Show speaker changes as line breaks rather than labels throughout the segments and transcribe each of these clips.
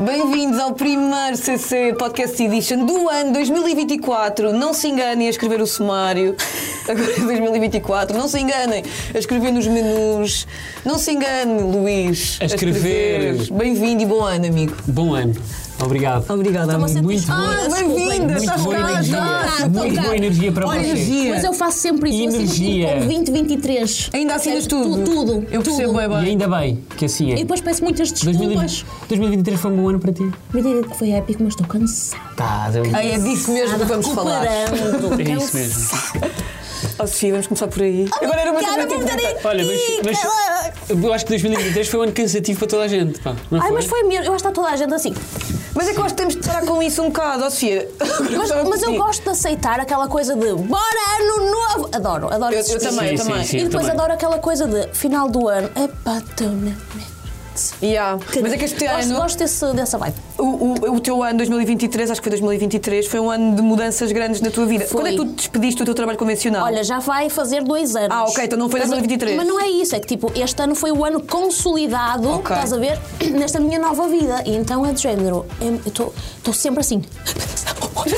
Bem-vindos ao primeiro CC Podcast Edition do ano 2024. Não se enganem a escrever o sumário. Agora é 2024. Não se enganem a escrever nos menus. Não se engane, Luís.
A escrever.
Bem-vindo e bom ano, amigo.
Tá
Bom ano. Obrigado.
Então,
Obrigada, amigo.
Muito
Ah,
boa,
bem-vinda. tá
muito
Estás
boa
cá,
energia.
estás.
tá,
muito
tá.
boa energia para
Olha,
vocês.
energia.
Mas eu faço sempre isso. Eu sempre
Energia.
fico com 2023.
Ainda assinas tudo?
Tudo.
Eu
tudo.
percebo é. bem,
E
bem.
ainda bem que assim é.
E depois peço muitas
2020
desculpas.
2023 foi um bom ano para ti.
Me diga que foi épico, mas estou cansada.
Tá, deu-
Ai, é disso mesmo que vamos falar.
Recuperando.
É isso mesmo.
Oh, Sofia, vamos começar por aí. Agora era uma
Cara,
pergunta.
vamos dar aí.
Olha, mas, mas eu acho que 2023 foi um ano cansativo para toda a gente. Pá. Não
Ai, mas foi mesmo. Eu acho que está toda a gente assim.
Mas é que nós temos de parar com isso um bocado, ó Sofia.
Mas, mas
assim.
eu gosto de aceitar aquela coisa de bora ano novo. Adoro, adoro
Eu- eu
esses dias.
também, eu
Sim,
também.
sim, sim,
E
eu
depois
também.
adoro aquela coisa de final do ano. Epá, estou na merda.
Yeah. Mas é Ah. que este
Gosto-
ano.
Gosto desse, dessa vibe.
O, o- o teu ano 2023, acho que foi 2023, foi um ano de mudanças grandes na tua vida.
Foi.
Quando é que tu te despediste do teu trabalho convencional?
Olha, já vai fazer dois anos.
Ah, ok, então não foi
Mas-
2023.
Mas não é isso, é que tipo, este ano foi o ano consolidado,
Ok.
estás a ver, nesta minha nova vida. E então é de género. Eu estou sempre assim.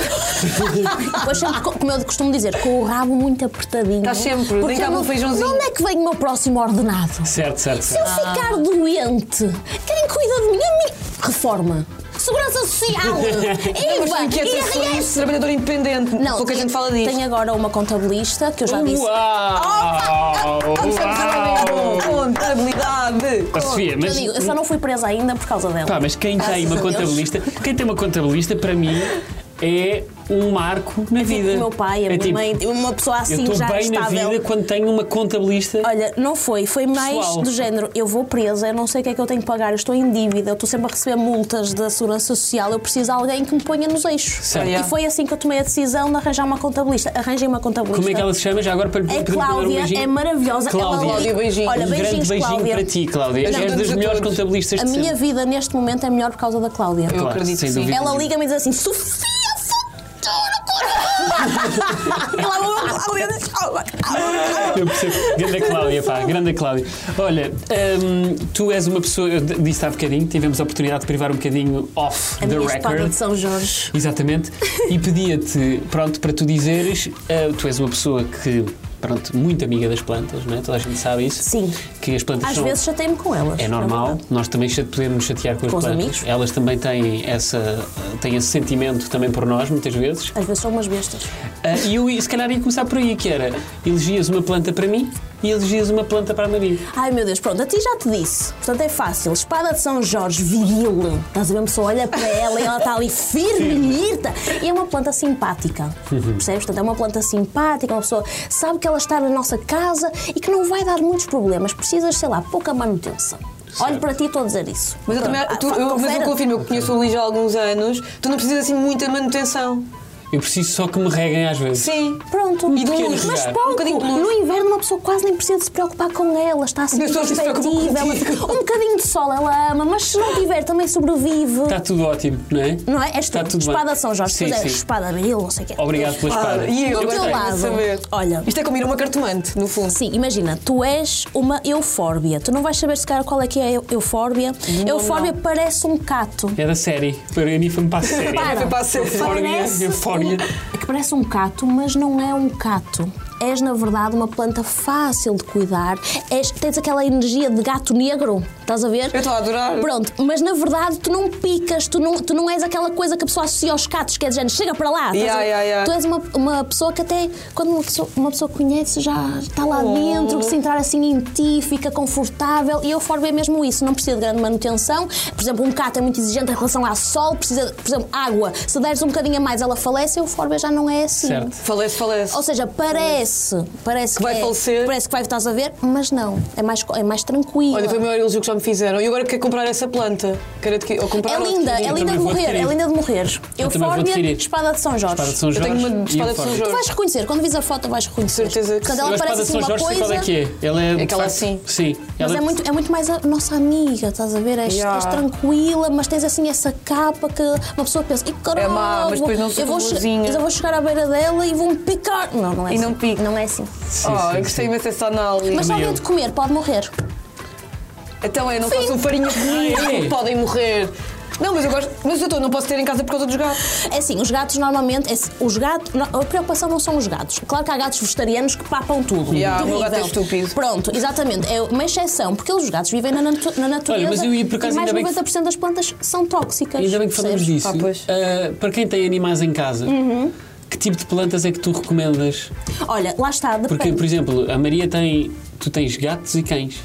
Mas sempre, co- como eu costumo dizer, com o rabo muito apertadinho.
Estás Tá sempre,
Porque
nem cá
eu
com
não-
o feijãozinho. Ah.
De onde é que vem o meu próximo ordenado?
Certo, certo,
Se eu
certo.
ficar doente, quem cuida de mim? A mim- Reforma. Segurança Social.
Não, mas tu
IVA.
inquietas sobre
IRS.
isso, trabalhador independente. Não, pouca
tem-
gente fala disso.
Tem agora uma contabilista que eu já disse.
Uau!
Começamos agora
Uau!
mesmo. Contabilidade.
Ó, Sofia,
Eu,
mas, um
digo, eu só não fui presa ainda por causa dela.
pá, mas quem tem
Graças
uma
a Deus.
contabilista, quem tem uma contabilista, para mim, é um marco na
Tipo,
vida.
O meu pai, a minha
É tipo,
mãe, uma pessoa
Eu
assim
estou
já
bem
estável.
na vida quando tenho uma contabilista.
Olha, não foi, foi mais
Pessoal.
do género, eu vou presa, eu não sei o que é que eu tenho que pagar, eu estou em dívida, eu estou sempre a receber multas da segurança social, eu preciso de alguém que me ponha nos eixos.
Certo.
E foi assim que eu tomei a decisão de arranjar uma contabilista. Arranjei uma contabilista.
Como é que ela se chama? Já agora para lhe
A
para lhe mandar um
Cláudia
beijinho.
é maravilhosa.
Cláudia.
ela
Cláudia, beijinho.
Olha,
um grande
beijinhos,
beijinho
Cláudia.
para ti, Cláudia.
Não,
És
estamos
das
a
melhores
todos.
contabilistas
A
de
minha
sempre.
vida neste momento é melhor por causa da Cláudia.
Eu
Claro,
acredito
sem
sim.
dúvida.
Ela liga-me e diz assim: Sofia, fatura, Ela
Eu percebo. Grande Cláudia, pá, grande Cláudia. Olha, hum, tu és uma pessoa, eu d- disse há bocadinho, tivemos a oportunidade de privar um bocadinho off
A
the
minha espada
record.
de São Jorge.
Exatamente. E pedia-te, pronto, para tu dizeres, ah, tu és uma pessoa que, pronto, muito amiga das plantas, não é? Toda a gente sabe isso.
Sim.
Que as plantas
Às
são.
vezes chatei-me com elas.
É
na
normal,
verdade.
nós também chate- podemos nos chatear com,
Com os
as plantas.
amigos.
Elas também têm, essa, têm esse sentimento também por nós, muitas vezes.
Às vezes são umas bestas.
Ah, e eu, se calhar, ia começar por aí, que era, elegias uma planta para mim e elegias uma planta para a Maria.
Ai meu Deus, pronto, a ti já te disse. Portanto é fácil. Espada de São Jorge, viril. Estás a ver? A pessoa olha para ela e ela está ali firme, irta. E é uma planta simpática.
Uhum.
Percebes? Portanto é uma planta simpática, uma pessoa sabe que ela está na nossa casa e que não vai dar muitos problemas. Precisas, sei lá, pouca manutenção. Olho para ti e estou a dizer isso.
Mas eu também
Pronto.
tu,
Ah,
eu, mas eu
confere.
confirmo, eu conheço o Luís há alguns anos, tu não precisas assim muita manutenção.
Eu preciso só que me reguem às vezes.
Sim.
Pronto,
E de é
Mas
luz,
mas
um
pouco.
bocadinho de luz.
no inverno uma pessoa quase nem precisa de se preocupar com ela, está assim
As pessoas se preocupam
introspectiva,
contigo.
ela- um bocadinho de sol ela ama, mas se não tiver também sobrevive.
Tá.
Está tudo ótimo, não é?
Não é? És tu,
Está tudo bem.
espada São Jorge,
Sim,
pois é,
sim.
espada abril, não sei o quê.
Obrigado pela espada.
Ah, e eu
Do
agora
teu
tenho de
lado.
saber.
Olha.
Isto é como ir a uma cartomante, no fundo.
Sim, imagina, tu és uma eufórbia. Tu não vais saber se cara qual é que é a eu- eufórbia. eufórbia parece um cato.
É da série. Para mim foi-me para a série.
Para.
Foi para a série.
Eufórbia,
Parece
eufórbia.
um- que parece um cato, mas não é um cato. És, na verdade, uma planta fácil de cuidar. És, tens aquela energia de gato negro, estás a ver?
Eu estou a adorar.
Pronto, mas na verdade tu não picas, tu não, tu não és aquela coisa que a pessoa associa aos catos, que é de género, chega para lá. estás
Yeah,
a ver?
yeah, yeah.
Tu és uma, uma pessoa que até, quando uma pessoa, uma pessoa conhece, já está lá
Oh.
dentro, que se entrar assim em ti, fica confortável. E a euforbia é mesmo isso, não precisa de grande manutenção. Por exemplo, um cato é muito exigente em relação ao sol, precisa, por exemplo, água. Se deres um bocadinho a mais, ela falece, a euforbia já não é assim.
Certo.
Falece, falece.
Ou seja, parece, parece que,
vai
é-
falecer.
Parece que vai, estás a ver, mas não. É mais, co- é mais tranquilo.
Olha, foi o maior elogio que já me fizeram. E agora quero comprar essa planta. Quero adquirir, ou comprar Oh,
É
ou
linda,
adquirir.
é linda
também
de
vou
morrer,
adquirir.
é linda de morrer.
Eu também vou
Eufórbia,
adquirir.
espada de São Jorge.
Espada de São
Eu
Jorge.
tenho uma de espada de
e
São
eufórbia.
Jorge.
Tu vais reconhecer, quando vis a foto vais reconhecer.
Certeza que
Portanto,
sim.
Eu
ela
a espada
parece
de
assim
São
uma
Jorge sei qual
coisa,
é que é. Ela é de
Aquela
facto-
assim.
Sim.
mas
Ela
é muito, é muito mais a nossa amiga, estás a ver? És,
Yeah.
és tranquila, mas tens assim essa capa que uma pessoa pensa, e caramba,
É má, mas depois não sou
eu vou,
tão
che-
boazinha."
mas eu vou chegar à beira dela e vou-me picar. Não, não é
E
assim.
não pica.
Não é assim.
Sim,
Oh,
sim,
eu gostei
sim.
imenso dessa análise.
Mas se
Também
alguém
eu.
de comer pode morrer.
Então é, não
Sim.
façam farinha comigo,
Ah, é?
podem morrer. Não, mas eu gosto. Mas eu tô- não posso ter em casa por causa dos gatos.
É assim, os gatos normalmente. é assim, os gatos, não, a preocupação não são os gatos. Claro que há gatos vegetarianos que papam tudo.
Yeah, o meu
Terrível.
gato é estúpido.
Pronto, exatamente. É uma exceção, porque os gatos vivem na, natu- na natureza.
Olha, mas eu ia por acaso
e mais
ainda bem
de
que-
90% das plantas são tóxicas.
Ainda bem que falamos
percebes? Uhum.
disso.
Ah, pois.
Ah, para quem tem animais em casa, que tipo de plantas é que tu recomendas?
Olha, lá está, depende.
Porque, por exemplo, a Maria tem. Tu tens gatos e cães.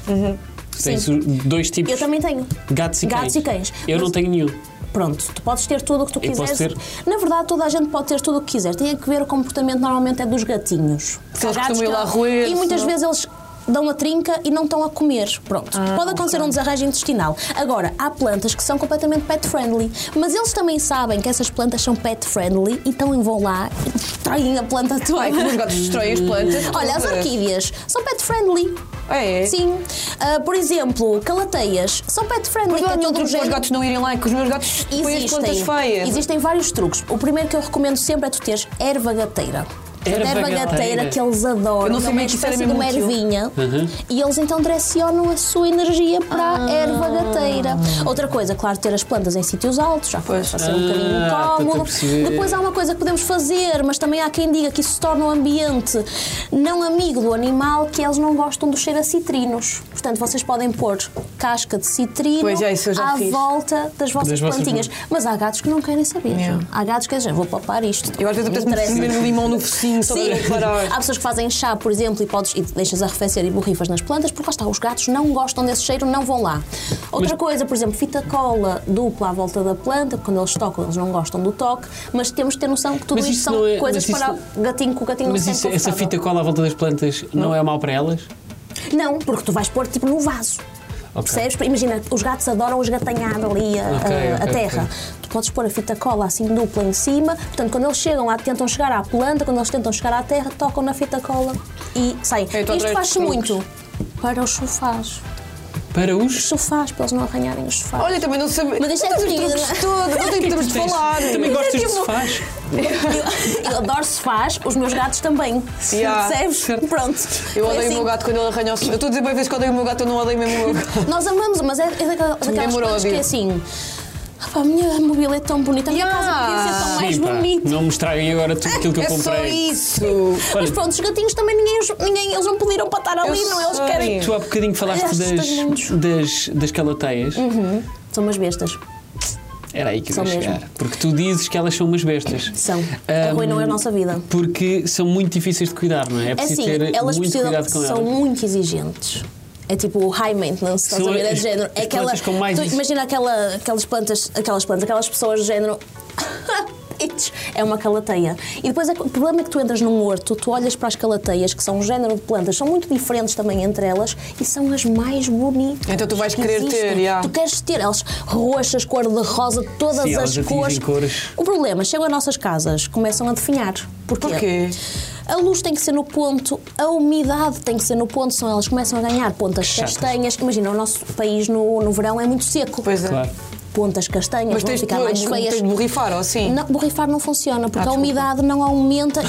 Tu tens
Uhum. Sim.
dois tipos.
Eu também tenho.
Gatos e
Gatos
cães.
e cães.
Eu
Mas-
não tenho nenhum.
Pronto, tu podes ter tudo o que tu
Eu posso
quiseres.
ter?
Na verdade, toda a gente pode ter tudo o que quiser. Tem que ver o comportamento normalmente é dos gatinhos.
Se
Há
eles
gatos
costumam ir
que
lá
não-
roer-se,
E muitas
não? é?
vezes eles dão a trinca e não estão a comer. Pronto.
Ah,
pode acontecer um desarranjo intestinal. Agora, há plantas que são completamente pet friendly, mas eles também sabem que essas plantas são pet friendly, então vão lá e destroem a planta toda.
Ai, como os gatos destroem as plantas.
Olha, as orquídeas são pet friendly.
É.
Sim. Ah, por exemplo, calateias são pet friendly.
Mas não
que
há
é
nenhum truque
todo
para os
género-
gatos não irem lá, que os meus gatos põem as plantas feias.
Existem vários truques. O primeiro que eu recomendo sempre é tu teres erva gateira.
Erva
Portanto,
gateira.
que eles adoram.
Eu não sei
é uma
bem que isso era
espécie de uma
mesmo útil.
ervinha.
Uhum.
E eles então direcionam a sua energia para
Ah.
a erva gateira. Outra coisa, claro, ter as plantas em sítios altos, já foi
Pois.
para ser um bocadinho
Ah, estou a
incómodo.
perceber.
Depois há uma coisa que podemos fazer, mas também há quem diga que isso se torna um ambiente não amigo do animal, que eles não gostam do cheiro a citrinos. Portanto, vocês podem pôr casca de citrino
Pois é, isso eu já
à
fiz.
volta das vossas
Das vossas
plantinhas. Mas há gatos que não querem saber.
Yeah.
Há gatos que dizem, vou papar isto.
É. Eu às vezes
Não
apetece-me
interessa.
comer um limão no focinho só para não
Sim, Ah, há
parar.
pessoas que fazem chá, por exemplo, e, podes, e deixas arrefecer e borrifas nas plantas, porque lá está, os gatos não gostam desse cheiro, não vão lá. Outra coisa, por exemplo, fita cola dupla à volta da planta, porque quando eles tocam, eles não gostam do toque, mas temos de ter noção que tudo
Mas
isto
isso
são
não é-
coisas
mas
para
isso-
o gatinho que o gatinho
Mas
não
isso-
se sente
essa fita
confortável.
cola à volta das plantas não, é mau para elas?
Não, porque tu vais pôr tipo no vaso.
Ok.
Percebes? Imagina, os gatos adoram esgatanhar ali a,
Ok,
a- a
ok,
terra.
ok.
Tu podes pôr a fita cola assim dupla em cima, portanto, quando eles chegam lá, tentam chegar à planta, quando eles tentam chegar à terra, tocam na fita cola e saem.
Eu estou
Isto
atrás
faz-se
de truques.
muito para os sofás.
Para os.
Os sofás, para eles não arranharem os sofás.
Olha, também não sabia.
Mas isto é
não
querida.
todo, não tem tempo de
Tens-
falar.
Também gostas de
tipo-
sofás?
Eu, eu adoro sofás, os meus gatos também.
Yeah.
Percebes? Pronto.
Eu
Foi
odeio o
assim.
meu gato quando ele arranha os. Eu estou a dizer bem vezes que odeio o meu gato, eu não odeio mesmo o meu gato.
Nós amamos, mas é, é daquela- daquelas
Demorou a
coisas que
vir.
é assim. "Ah pá, a minha mobília é tão bonita, a minha
Yeah.
casa podia ser tão mais
Sim, pá,
bonita.
Não me estraguem agora tudo aquilo que eu
É só
comprei.
isso.
Mas pronto, os gatinhos também ninguém, os- ninguém- eles não pediram para estar ali, não, é? eles
sei.
querem.
Tu há bocadinho
Acho
falaste
que
das,
tenho muitos. Uhum.
das, das calateias.
São umas bestas.
Era aí que eu
São
ia
mesmo.
chegar. Porque tu dizes que elas são umas bestas.
São. Arruinam a nossa vida.
Porque são muito difíceis de cuidar, não é? É
É
preciso
assim,
ter
elas
muito
precisam,
cuidado com
são
elas.
muito exigentes. É tipo o high maintenance, estás
São
a ver? É
as-
de género.
as
É aquela,
plantas com mais
tu
exi-
imagina aquela, aquelas plantas, aquelas plantas, aquelas pessoas de género. "Itch", É uma calateia. E depois é que- o problema é que tu entras num horto, tu olhas para as calateias, que são um género de plantas, são muito diferentes também entre elas e são as mais bonitas.
Então tu vais
que
querer
existem.
ter, já.
Tu queres ter, elas roxas, cor de rosa, todas
Sim, elas
as
atingem
cores.
cores.
O problema, é chegam às nossas casas, começam a definhar. Porquê?
Porquê?
A luz tem que ser no ponto, a umidade tem que ser no ponto, senão elas começam a ganhar pontas
chatas.
castanhas. Imagina, o nosso país no, no verão é muito seco.
Pois é.
Claro.
Pontas castanhas
Mas
vão
tens de,
ficar
pôr-
mais
tens
feias.
de borrifar, ou assim?
Não, borrifar não funciona,
Ah,
porque a umidade não aumenta. É,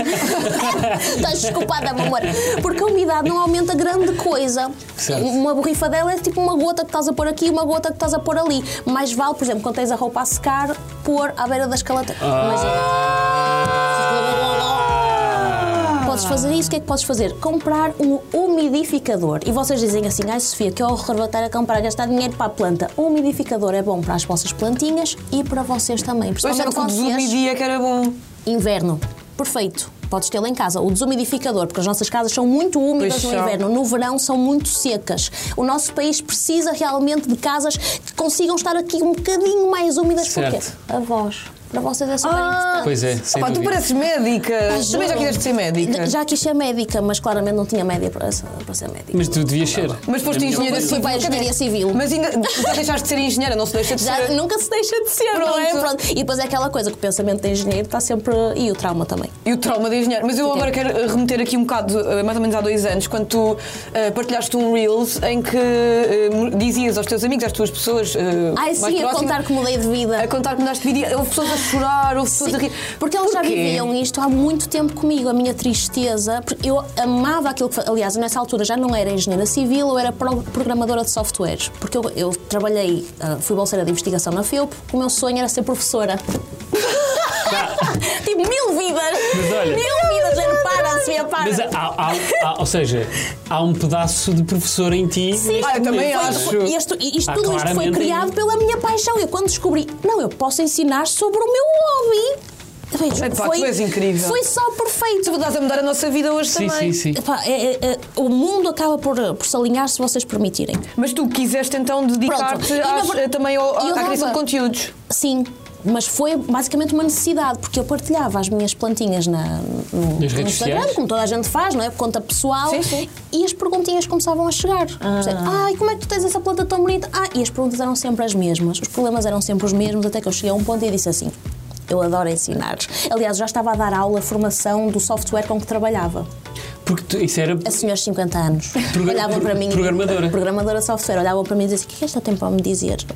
quase. Estás desculpada, meu amor. Porque a umidade não aumenta grande coisa.
Certo.
Uma borrifadela é tipo uma gota que estás a pôr aqui e uma gota que estás a pôr ali. Mais vale, por exemplo, quando tens a roupa a secar, pôr à beira das calateias.
Ah.
Ah.
Podes fazer isso, o que é que podes fazer? Comprar um umidificador. E vocês dizem assim, ai Sofia, que horror vou estar a comprar, a gastar dinheiro para a planta. O umidificador é bom para as vossas plantinhas e para vocês também.
Eu achava
Principalmente
que o
vocês,
desumidia que era bom.
inverno. Perfeito. Podes tê-lo em casa. O desumidificador, porque as nossas casas são muito úmidas
Pois
no
são.
inverno. No verão são muito secas. O nosso país precisa realmente de casas que consigam estar aqui um bocadinho mais úmidas.
Certo.
Porquê? A voz. Para vocês é
Ah,
super importante.
Pois é, sem
Opa, tu
dúvida.
pareces médica.
Juro.
Também já quiseste ser médica.
Já quis ser médica, mas claramente não tinha média para ser, para ser médica.
Mas tu devias ser. É
Mas foste engenheira
Mas fui
civil.
para a engenharia civil.
Mas ainda já deixaste de ser engenheira, não se deixa de
Já
ser.
nunca se deixa de ser, não é?
Pronto.
Pronto. E depois é aquela coisa que o pensamento de engenheiro está sempre. E o trauma também.
E o trauma de engenheiro. Mas eu agora quero eh, remeter aqui um bocado, eh, mais ou menos há dois anos, quando tu eh, partilhaste um Reels em que eh, dizias aos teus amigos, às tuas pessoas. eh,
Ai,
mais
sim, a
próximas,
contar que mudei de vida.
a contar que mudaste de vida. Houve pessoas a chorar, ouve pessoas a rir.
Porque eles já
Porquê?
viviam isto há muito tempo comigo, a minha tristeza. Porque eu amava aquilo que. fa- Aliás, nessa altura já não era engenheira civil, eu era pro- programadora de softwares. Porque eu, eu trabalhei, ah, fui bolseira de investigação na FEUP, o meu sonho era ser professora. tipo, mil vidas!
Mas olha-
mil vidas, gente, para, se para.
Mas há, há- há- ou seja, há um pedaço de professor em ti. Sim,
Ah, eu também
Foi-
acho.
foi- isto, isto-
Ah,
tudo isto foi
claramente.
criado pela minha paixão. Eu quando descobri, não, eu posso ensinar sobre o meu hobby. Vejo,
Epá, tu és incrível.
Foi só
Tu
perfeito.
estás a mudar a nossa vida hoje
Sim,
também.
sim, sim.
Epá, é- é- é, o mundo acaba por, eh, por se alinhar se vocês permitirem.
Mas tu quiseste então dedicar-te
E na
às-
ver-
também ao-
eu
à
dava.
criação de conteúdos.
Sim, mas foi basicamente uma necessidade, porque eu partilhava as minhas plantinhas na, no,
Nas redes
no Instagram,
sociais?
como toda a gente faz, não é? Por Conta pessoal.
Sim, sim.
E as perguntinhas começavam a chegar. Ah. Ai, como é que tu tens essa planta tão bonita? Ah, e as perguntas eram sempre as mesmas, os problemas eram sempre os mesmos, até que eu cheguei a um ponto e disse assim. Eu adoro ensinar. Aliás, já estava a dar aula, formação do software com que trabalhava.
Porque tu- isso era.
A senhores de 50 anos olhavam
pro-
para mim.
programadora.
Programadora de software, olhavam para mim e diziam: O que é que esta tem para me dizer? Tipo,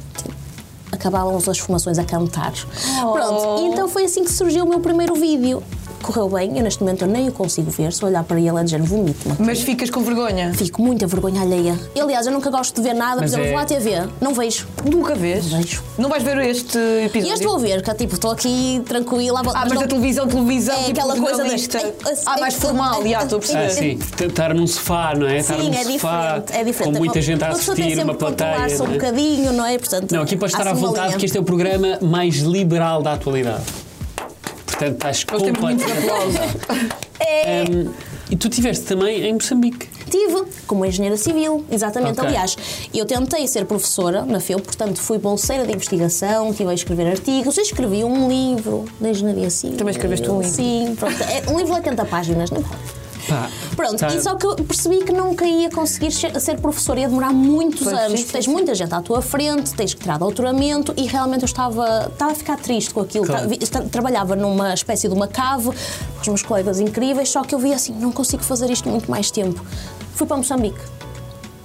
Acabavam as formações a cantar. Pronto, e então foi assim que surgiu o meu primeiro vídeo. Correu bem, eu neste momento eu nem o consigo ver, se eu olhar para ele é de género, vomito-me.
Mas ficas com vergonha.
Fico muita vergonha alheia. E, aliás, eu nunca gosto de ver nada,
Mas
por exemplo,
é-
vou à TV, não vejo.
Nunca vês.
Vejo.
Não vais ver este
E
episódio.
este vou ver, que é tipo, estou aqui tranquila, vou
Ah, mas
não-
um
da televisão, televisão,
É
tipo
aquela coisa de- é-
jornalista.
Ai, eu-
Ah, mais
eu-
formal,
eu-
já, estou a
Ah,
é-
perceber.
sim, t- estar num sofá, não é? Estar
Sim,
num
é
sofá
diferente, é diferente.
com muita gente a
Uma pessoa tem
assistir,
sempre
uma
que
plateia.
controlar-se um
não é?
bocadinho, não é? Portanto,
Não, aqui
para
podes estar à vontade, que este é o programa mais liberal da atualidade. Portanto, estás
Nós temos muitos
completamente.
aplausos.
É,
Hum, e tu estiveste também em Moçambique.
Tive, como engenheira civil, exatamente.
Ok.
Aliás, eu tentei ser professora na FEU, portanto fui bolseira de investigação, estive a escrever artigos, escrevi um livro de engenharia civil.
Também escreveste um livro.
Sim, pronto. É, um livro de 80 páginas, não é?
Pá,
Pronto,
tá-
e só que eu percebi que nunca ia conseguir ser, ser professora, ia demorar muitos
Pois,
anos.
sim,
porque tens
sim,
muita gente à tua frente, tens que tirar doutoramento e realmente eu estava, estava a ficar triste com aquilo.
Claro.
Tra- vi- tra- trabalhava numa espécie de uma cave com os meus colegas incríveis, só que eu vi assim, não consigo fazer isto muito mais tempo. Fui para Moçambique.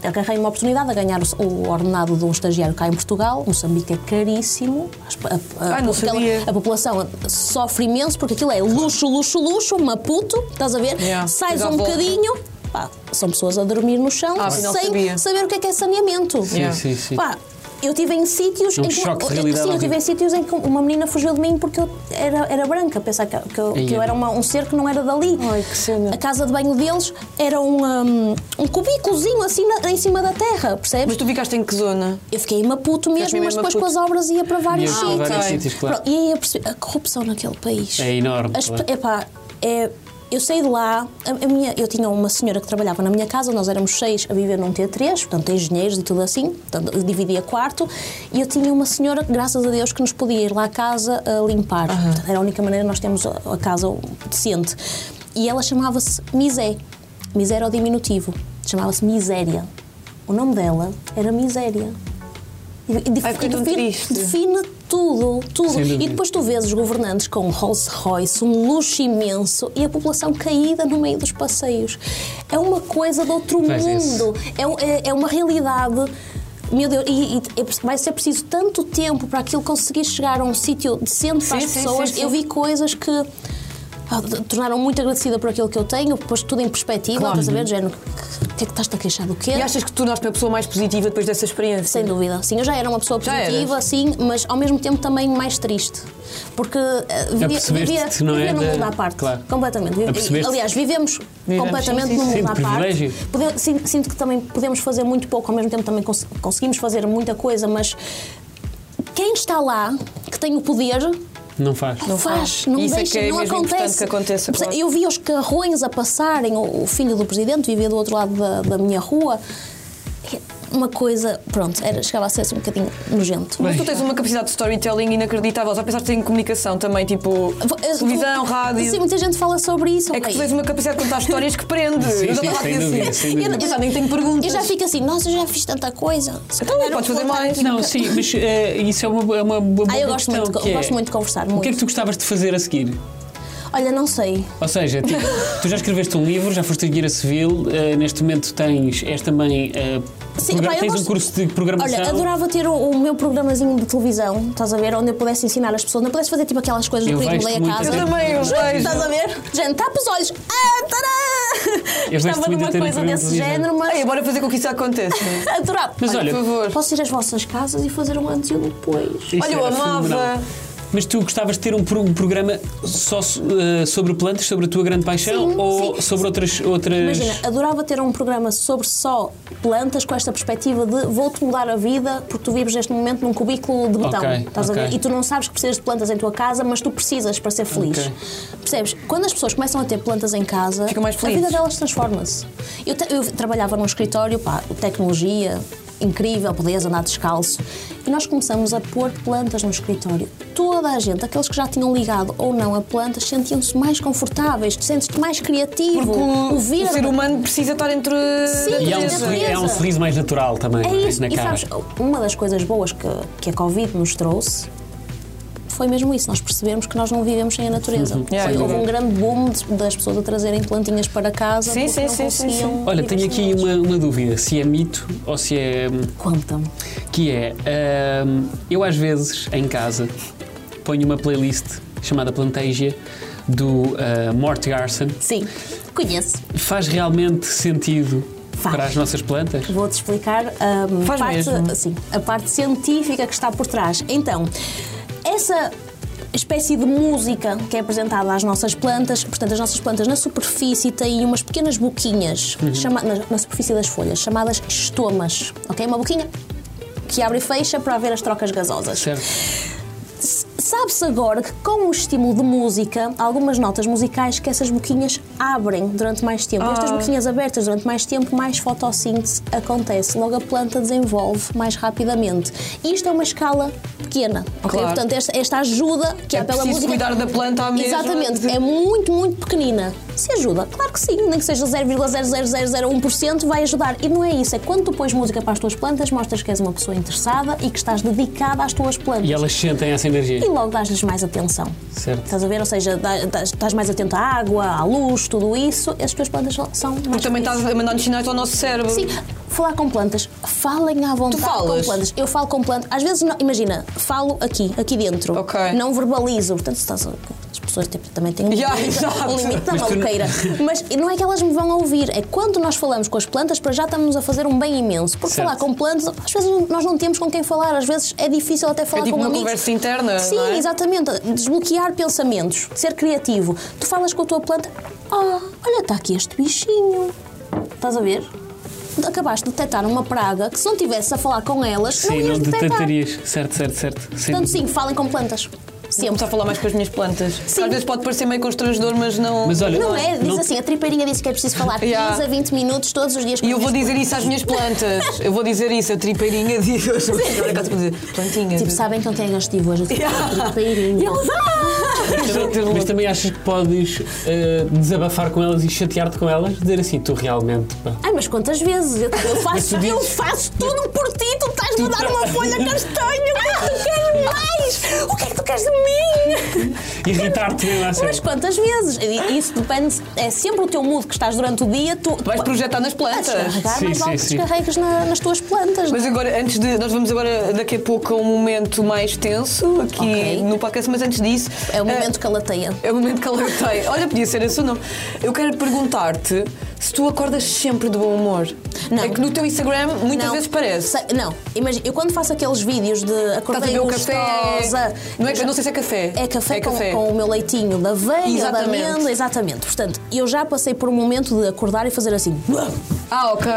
Agarrei uma oportunidade a ganhar o, o ordenado de um estagiário cá em Portugal. Moçambique é caríssimo. As- A, a-
Ah, não
porque ela-
sabia.
a população sofre imenso porque aquilo é luxo, luxo, luxo, Maputo, estás a ver?
Yeah,
Sais
dá a
um
volta.
bocadinho, pá, são pessoas a dormir no chão
Ah, afinal sabia.
sem saber o que é que é saneamento.
Yeah.
Sim, sim, sim.
Pá, eu tive em sítios
É um
em que
choque de
eu-
realidade
sim, eu tive
horrível.
em sítios em que uma menina fugiu de mim porque eu era, era branca, pensar que, que eu, que
Ai,
eu
ai.
era uma- um ser que não era dali.
Ai, que cena.
A casa de banho deles era um, um, um cubículozinho assim na- em cima da terra,
Mas
percebes?
tu ficaste em que zona?
Eu fiquei em Maputo
Ficaste mesmo
mesmo, mas
em
depois com
Maputo.
as obras ia para vários
Ia para
sítios.
vários sítios, claro.
Pronto, E aí eu percebi, a corrupção naquele país.
É enorme,
As,
claro.
epá, é- eu saí de lá, a- a minha- eu tinha uma senhora que trabalhava na minha casa, nós éramos seis a viver num T3, portanto, engenheiros e tudo assim, portanto, eu dividia quarto, e eu tinha uma senhora, graças a Deus, que nos podia ir lá à casa a limpar. Portanto, era a única maneira de nós termos a, a casa decente. E ela chamava-se Misé. Misé era o diminutivo. Chamava-se Miséria. O nome dela era Miséria. E- e defi-
Ai, fiquei tão
define-
triste.
define tudo, tudo.
Sem dúvida.
E depois tu vês os governantes com um Rolls Royce, um luxo imenso e a população caída no meio dos passeios. É uma coisa de outro
Pois é isso.
mundo. É, um- é- é uma realidade. Meu Deus, e, e é pre- vai ser preciso tanto tempo para aquilo conseguir chegar a um sítio decente para
Sim,
as
sim,
pessoas.
sim, sim.
Eu vi coisas que. ah, t- tornaram muito agradecida por aquilo que eu tenho, pôs tudo em perspectiva,
Claro.
estás a ver, do género, o que é que estás-te a queixar do quê?
E achas que tu tornaste uma pessoa mais positiva depois dessa experiência?
Sem dúvida. Sim, eu já era uma pessoa
Já
positiva, sim, mas ao mesmo tempo também mais triste. Porque eh, vivia,
Apercebeste-te,
vivia,
não é,
vivia num
da-
mundo à parte.
Claro.
Completamente. Vivi-
Apercebeste-te.
Aliás, vivemos,
Vivemos,
completamente
sim, sim,
num
sim.
mundo
Sim, de
à parte.
privilégio.
Pode- sin- sinto que também podemos fazer muito pouco, ao mesmo tempo também cons- conseguimos fazer muita coisa, mas quem está lá, que tem o poder,
não faz.
não
faz.
faz, não
Isso é
deixa,
que é
não
mesmo importante
acontece.
que aconteça,
Perce-
claro.
Eu vi os carrões a passarem, o, o filho do presidente vivia do outro lado da, da minha rua. É Uma coisa, pronto, era, chegava a ser um bocadinho nojento.
Mas tu
Bem.
tens uma capacidade de storytelling inacreditável. Já pensaste em comunicação também, tipo
Eu-
televisão, rádio?
Sim, muita gente fala sobre isso.
É que
ok.
tu tens uma capacidade de contar histórias que prende.
Sim,
eu
sim,
estava
sem
aqui
dúvida,
assim.
sem dúvida.
Eu já nem tenho perguntas.
eu já fico assim, nossa, eu já fiz tanta coisa. Se
Então,
calhar
podes
eu
fazer
vou-
mais.
Não, sim, mas eh, isso é uma, é uma boa
Ah, eu gosto
questão,
muito de-
que é-
gosto muito de conversar,
O que é
muito.
que tu gostavas de fazer a seguir?
Olha, não sei.
Ou seja, tipo, tu já escreveste um livro, já foste engenheira civil, eh, neste momento tens, és também eh,
Sim,
Progra-
pá, eu
tens um
gosto-
curso de programação.
Olha, adorava ter o, o meu programazinho de televisão, estás a ver? Onde eu pudesse ensinar as pessoas, onde eu pudesse fazer tipo aquelas coisas
Eu
do currículo
vejo-te
da
muito
casa.
a
Eu também, eu vejo.
Estás a ver? Gente, tapa os olhos. Ah, tará!
Eu vejo-te
Gostava de
muito a
uma
ter um
coisa
programa
desse
de televisão.
género,
Ai,
mas
bora fazer com que isso aconteça.
adorava.
Mas
Por
olha,
favor.
Posso ir às vossas casas e fazer um antes e um depois.
Isso
Olha, eu
era
amava.
fenomenal. Mas tu gostavas de ter um, pro- um programa só so- eh, sobre plantas, sobre a tua grande paixão?
Sim,
ou
sim.
sobre outras. outras...
Imagina, adorava ter um programa sobre só plantas com esta perspectiva de vou-te mudar a vida porque tu vives neste momento num cubículo de betão.
Ok,
estás a
ok.
ver? E tu não sabes que precisas de plantas em tua casa, mas tu precisas para ser feliz.
Ok.
Percebes? Quando as pessoas começam a ter plantas em casa,
Ficam mais
a vida
felizes.
delas transforma-se. Eu, te- eu trabalhava num escritório, pá, tecnologia. Incrível, podias andar descalço. E nós começamos a pôr plantas no escritório. Toda a gente, aqueles que já tinham ligado ou não a plantas, sentiam-se mais confortáveis, sentes-te mais criativo
Porque o,
ouvir
o ser humano precisa estar entre. é
Sim,
E há um,
da
sorri- há um
natureza.
sorriso mais natural também
É
não
isso.
na
E
cara.
sabes, uma das coisas boas que, que a Covid nos trouxe foi mesmo isso. Nós percebemos que nós não vivemos sem a natureza.
Yeah,
Foi-
é
houve um
verdade.
grande boom de- das pessoas a trazerem plantinhas para casa
Sim,
porque
sim,
não
sim, sim,
conseguiam
sim.
Olha,
viver
tenho
sem
aqui
elas.
uma, uma dúvida: se é mito ou se é. hum,
Conta-me.
Que é. hum, eu, às vezes, em casa, ponho uma playlist chamada Plantasia do ah, Mort Garson.
Sim, conheço.
Faz realmente sentido
Faz.
para as nossas plantas?
Vou-te explicar hum, a,
Faz mesmo.
parte, sim, a parte científica que está por trás. Então, essa espécie de música que é apresentada às nossas plantas, portanto, as nossas plantas na superfície têm umas pequenas boquinhas
Uhum.
chama- na, na superfície das folhas, chamadas estomas. Ok? Uma boquinha que abre e fecha para haver as trocas gasosas.
Certo?
Sabe-se agora que com o estímulo de música, há algumas notas musicais que essas boquinhas abrem durante mais tempo. Estas
Ah.
boquinhas abertas durante mais tempo, mais fotossíntese acontece. Logo a planta desenvolve mais rapidamente. E Isto é uma escala pequena, ok?
Claro.
Portanto, esta, esta ajuda que
É
há pela
preciso
música...
cuidar da planta à mesma.
Exatamente, é muito, muito pequenina. Se ajuda, claro que sim, nem que seja 0,00001% vai ajudar. E não é isso, é quando tu pões música para as tuas plantas, mostras que és uma pessoa interessada e que estás dedicada às tuas plantas
E elas sentem essa energia.
e logo dás-lhes mais atenção.
Certo.
Estás a ver? Ou seja, dá- dás- estás mais atento à água, à luz, tudo isso. As tuas plantas são mais.
Porque também estás
felizes.
a mandar-nos sinais ao nosso cérebro.
Sim, falar com plantas. Falem à vontade
falas?
com plantas. Eu falo com plantas. Às vezes, não- imagina, falo aqui, aqui dentro.
Ok.
Não verbalizo. Portanto, se estás a- as pessoas tipo, também têm um
Yeah,
limite,
exato.
um limite da
Mas tu não-
maluqueira. Mas não é que elas me vão ouvir. É quando nós falamos com as plantas, para já estamos a fazer um bem imenso. Porque
Certo.
falar com plantas, às vezes nós não temos com quem falar. Às vezes é difícil até falar
É tipo
com
uma
amigos.
conversa interna,
Sim,
não é?
exatamente. Desbloquear pensamentos, ser criativo. Tu falas com a tua planta, ah, olha, está aqui este bichinho. Estás a ver? Acabaste de detectar uma praga que se não estivesse a falar com elas, não
Sim,
ias
não
detectar.
detectarias. Certo, certo, certo. Sem
Portanto,
dúvida.
sim, falem com plantas.
Começar
Sempre.
a falar mais com as minhas plantas.
Sim.
Às vezes pode parecer meio constrangedor, mas não.
Mas olha,
Não é? Diz
não-
assim, a tripeirinha disse que é preciso falar 15
Yeah.
a 20 minutos todos os dias com
E eu vou
as minhas
dizer isso às minhas plantas. Eu vou dizer isso, a tripeirinha diz. Agora cá te vou dizer, plantinha.
Tipo, sabem que não têm gosto de hoje. Tripeirinha.
Mas também- Mas também achas que podes eh, desabafar com elas e chatear-te com elas? Dizer assim, tu realmente. Pá.
Ai, mas quantas vezes? Eu, eu faço,
tu
eu
dizes-
faço tudo por ti, tu estás-me a dar uma folha castanha, o que é que tu queres mais? O que é que tu queres de mim?
Irritar-te mesmo à
Mas
sério.
quantas vezes? E- Isso depende, é sempre o teu mood que estás durante o dia, tu
Vais projetar nas
a
plantas.
descarregar,
Sim,
mas
sim,
logo
sim.
descarregas na- nas tuas plantas.
Mas agora, antes de. Nós vamos agora, daqui a pouco, a um momento mais tenso aqui
Ok.
no podcast, mas antes disso.
É o
eh,
momento que alateia.
É o momento que ela tem. Olha, podia ser esse o nome. Eu quero perguntar-te se tu acordas sempre de bom humor.
Não.
É que no teu Instagram muitas
Não.
vezes parece.
Sei- não, imagina, eu quando faço aqueles vídeos de
Estás a
acordei
beber o café.
gostosa.
Não, é, não sei se é café.
É café, com- Com, o meu leitinho da aveia, da
Exatamente.
amêndoa, exatamente. Portanto, eu já passei por um momento de acordar e fazer assim.
Ah, ok.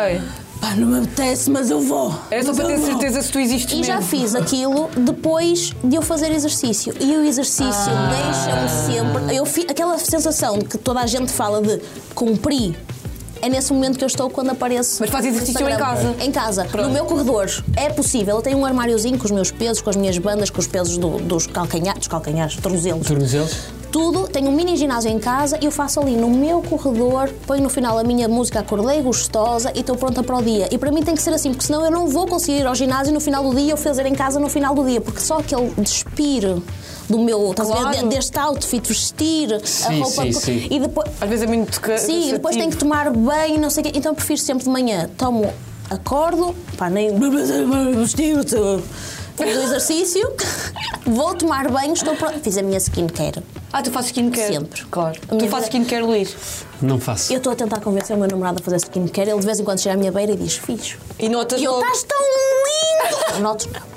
Pá, não me apetece, mas eu vou.
Era É só
Mas
para
eu
ter
vou.
certeza se tu existes
E já
mesmo.
fiz aquilo depois de eu fazer exercício. E o exercício
Ah.
deixa-me sempre. Eu fi- aquela sensação que toda a gente fala de cumprir. É nesse momento que eu estou quando apareço.
Mas faz
no
exercício em
Instagram.
casa?
Em casa,
Pronto.
no meu corredor. É possível. Eu tenho um armáriozinho com os meus pesos, com as minhas bandas, com os pesos do- dos calcanhares, dos calcanhares, tornozelos
Tornozelos?
tudo, tenho um mini ginásio em casa e eu faço ali no meu corredor, ponho no final a minha música acordei gostosa e estou pronta para o dia. E para mim tem que ser assim, porque senão eu não vou conseguir ir ao ginásio no final do dia ou fazer em casa no final do dia, porque só aquele despir do meu, estás a ver,
Claro.
de- deste outfit, vestir
Sim,
a roupa
sim,
co-
sim.
e depois
Às vezes é muito. ca-
Sim, e depois
cansativo.
tenho que tomar banho, não sei o quê. Então eu prefiro sempre de manhã. Tomo acordo, pá, nem vestir-te. Fiz o exercício, vou tomar banho, estou pronta. Fiz a minha skincare.
Ah, tu fazes skincare?
Sempre.
Claro.
A minha
Tu fazes
vida-
skincare, Luís.
Não faço.
Eu estou a tentar convencer o meu namorado a fazer skincare, ele de vez em quando chega à minha beira e diz: Fiz.
E notas
E eu,
logo.
estás tão lindo! Eu Noto não,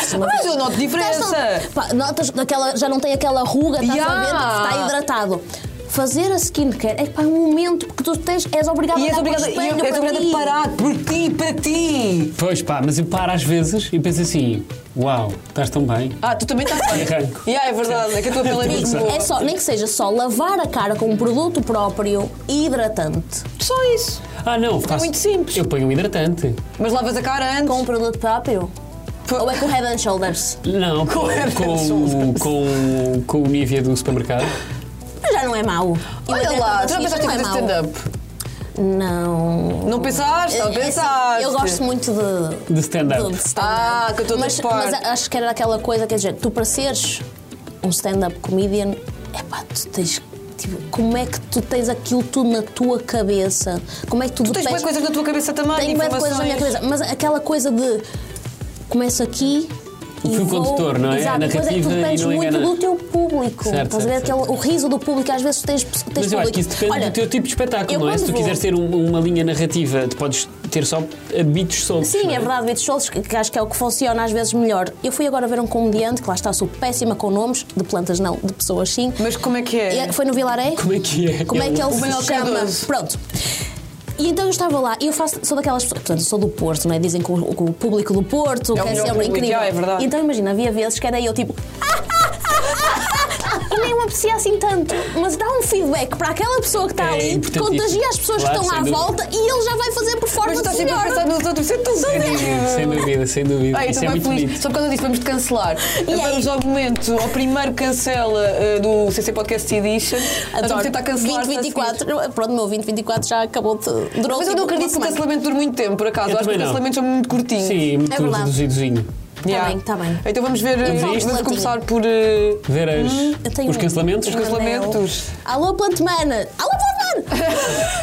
diferença.
Mas eu noto diferença.
Estás tão- pá, notas daquela, já não tem aquela ruga, estás
Ya.
a ver que está hidratado. Fazer a skincare é pá, um momento, porque tu tens, és obrigada
E és
a olhar
obrigada,
para o
e
espelho
és
para
obrigada
ti.
a parar por ti, para ti.
Pois pá, mas eu paro às vezes e penso assim: uau, estás tão bem.
Ah, tu também estás bem.
Arranco.
yeah, é verdade, é que a tua pele é mesmo boa.
É só, nem que seja só lavar a cara com um produto próprio e hidratante.
Só isso.
Ah, não, faço.
muito simples.
Eu ponho um hidratante.
Mas lavas a cara antes.
Com um produto próprio? Ou é com Head and Shoulders?
Não, com, com, com, com o Nivea do supermercado.
Mas já não é mau. E o
Olha lá,
hidratante
tu não pensaste em
assim,
fazer
já não é mau.
stand-up?
Não.
Não pensaste? Não
É, é assim,
pensaste?
Eu gosto muito de.
De stand-up.
de stand-up.
Ah, que eu estou a
mas,
topar.
mas acho que era aquela coisa, quer dizer, tu para seres um stand-up comedian, é pá, tu tens. Tipo, como é que tu tens aquilo tudo na tua cabeça? Como é que tu,
Tu tens bem coisas na tua cabeça também,
Tenho bué de coisas na minha
informações.
cabeça, mas aquela coisa de começo aqui. e
fio
vou-
condutor, não é? A
Exato, depois
narrativa
tu
e
dependes
não
muito
engana.
do teu público.
Certo,
Estás a ver?
certo, certo.
Aquele- o riso do público, às vezes tu tens, tens
Mas eu
público.
acho que isso depende
Olha,
do teu tipo de espetáculo,
eu
não é? Se tu
quando vou-
quiseres ter um- uma linha narrativa, tu podes ter só bitos soltos.
Sim,
não
é verdade, Vitor Solos, que que acho que é o que funciona às vezes melhor. Eu fui agora ver um comediante, que lá está, sou péssima com nomes, de plantas não, de pessoas sim.
Mas como é que é?
E Foi no Vilaré?
Como é que é?
Como é que ele
O Manuel
se chama?
Cardoso.
Pronto. E então eu estava lá, e eu faço, sou daquelas pessoas, portanto, sou do Porto, não é? Dizem que o, que o público do
É
Porto
o
que é
melhor
sempre
público,
incrível.
já, é verdade.
Então imagina, havia vezes que era eu tipo. E nem me aprecia assim tanto, mas dá um feedback para aquela pessoa que está
É
ali,
importantíssimo.
contagia as pessoas
Claro,
que
sem
estão à
dúvida.
volta e ele já vai fazer
Mas
performance
estás sempre a
melhor.
pensar nos outros, isso é tão querido.
Sem dúvida, sem dúvida.
Ai, eu
Isso
estou bem
é muito
feliz.
bonito.
Só por causa disso, vamos te cancelar.
E
vamos
aí?
ao momento, ao primeiro cancela eh, do CC Podcast Edition. Então Nós vamos tentar cancelar. tá
2024, pronto, o meu 2024 já acabou de. Durou
Mas eu não
tipo, uma
acredito que o
semana.
cancelamento dure muito tempo, por acaso.
Eu
acho que
também
os
não.
cancelamentos são muito curtinhos.
Sim, muito
É verdade.
reduzidozinho.
Tá bem, tá bem.
Então vamos ver. eh,
vamos
Vamos
lá,
começar por. eh,
Ver as-
Hum, Eu tenho
os cancelamentos.
um
Os cancelamentos.
anel. Alô, Plantmana! Alô, Plantmana!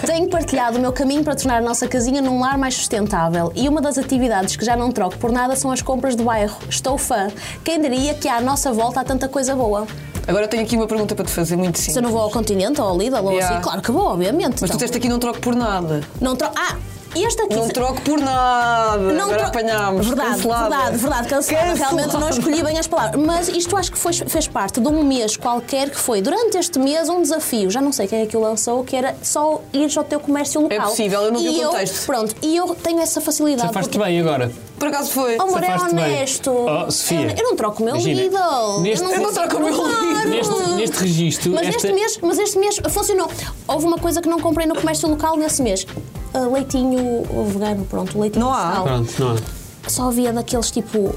tenho partilhado o meu caminho para tornar a nossa casinha num lar mais sustentável e uma das atividades que já não troco por nada são as compras do bairro. Estou fã. Quem diria que à nossa volta há tanta coisa boa?
Agora eu tenho aqui uma pergunta para te fazer, muito
Se eu
simples.
não vou ao Continente ou ao Lidl ou
Yeah.
assim, claro que vou, obviamente.
Mas tu
então.
disseste aqui não troco por nada.
Não troco. Ah! Este aqui.
Não troco por nada.
Não
Agora
tro-
apanhámos.
Verdade,
Cancelada.
verdade, verdade, cancelada.
Cancelada.
Realmente não escolhi bem as palavras. Mas isto acho que foi- fez parte de um mês qualquer que foi, durante este mês, um desafio. Já não sei quem é que o lançou, que era só ir ao teu comércio local.
É possível, eu não vi
E
o contexto.
Pronto, e eu tenho essa facilidade.
Safaste bem agora.
Por acaso foi.
Oh, amor, é
Safaste bem.
honesto.
Oh, Sofia.
Eu, eu não troco o meu
Imagina,
Lidl.
neste-
Eu não troco o meu Lidl.
Neste, neste registro.
Mas,
esta-
este mês, mas este mês funcionou. Houve uma coisa que não comprei no comércio local nesse mês. Ah, leitinho vegano, pronto, leitinho
Não há.
vegetal.
Pronto, não há.
só havia daqueles tipo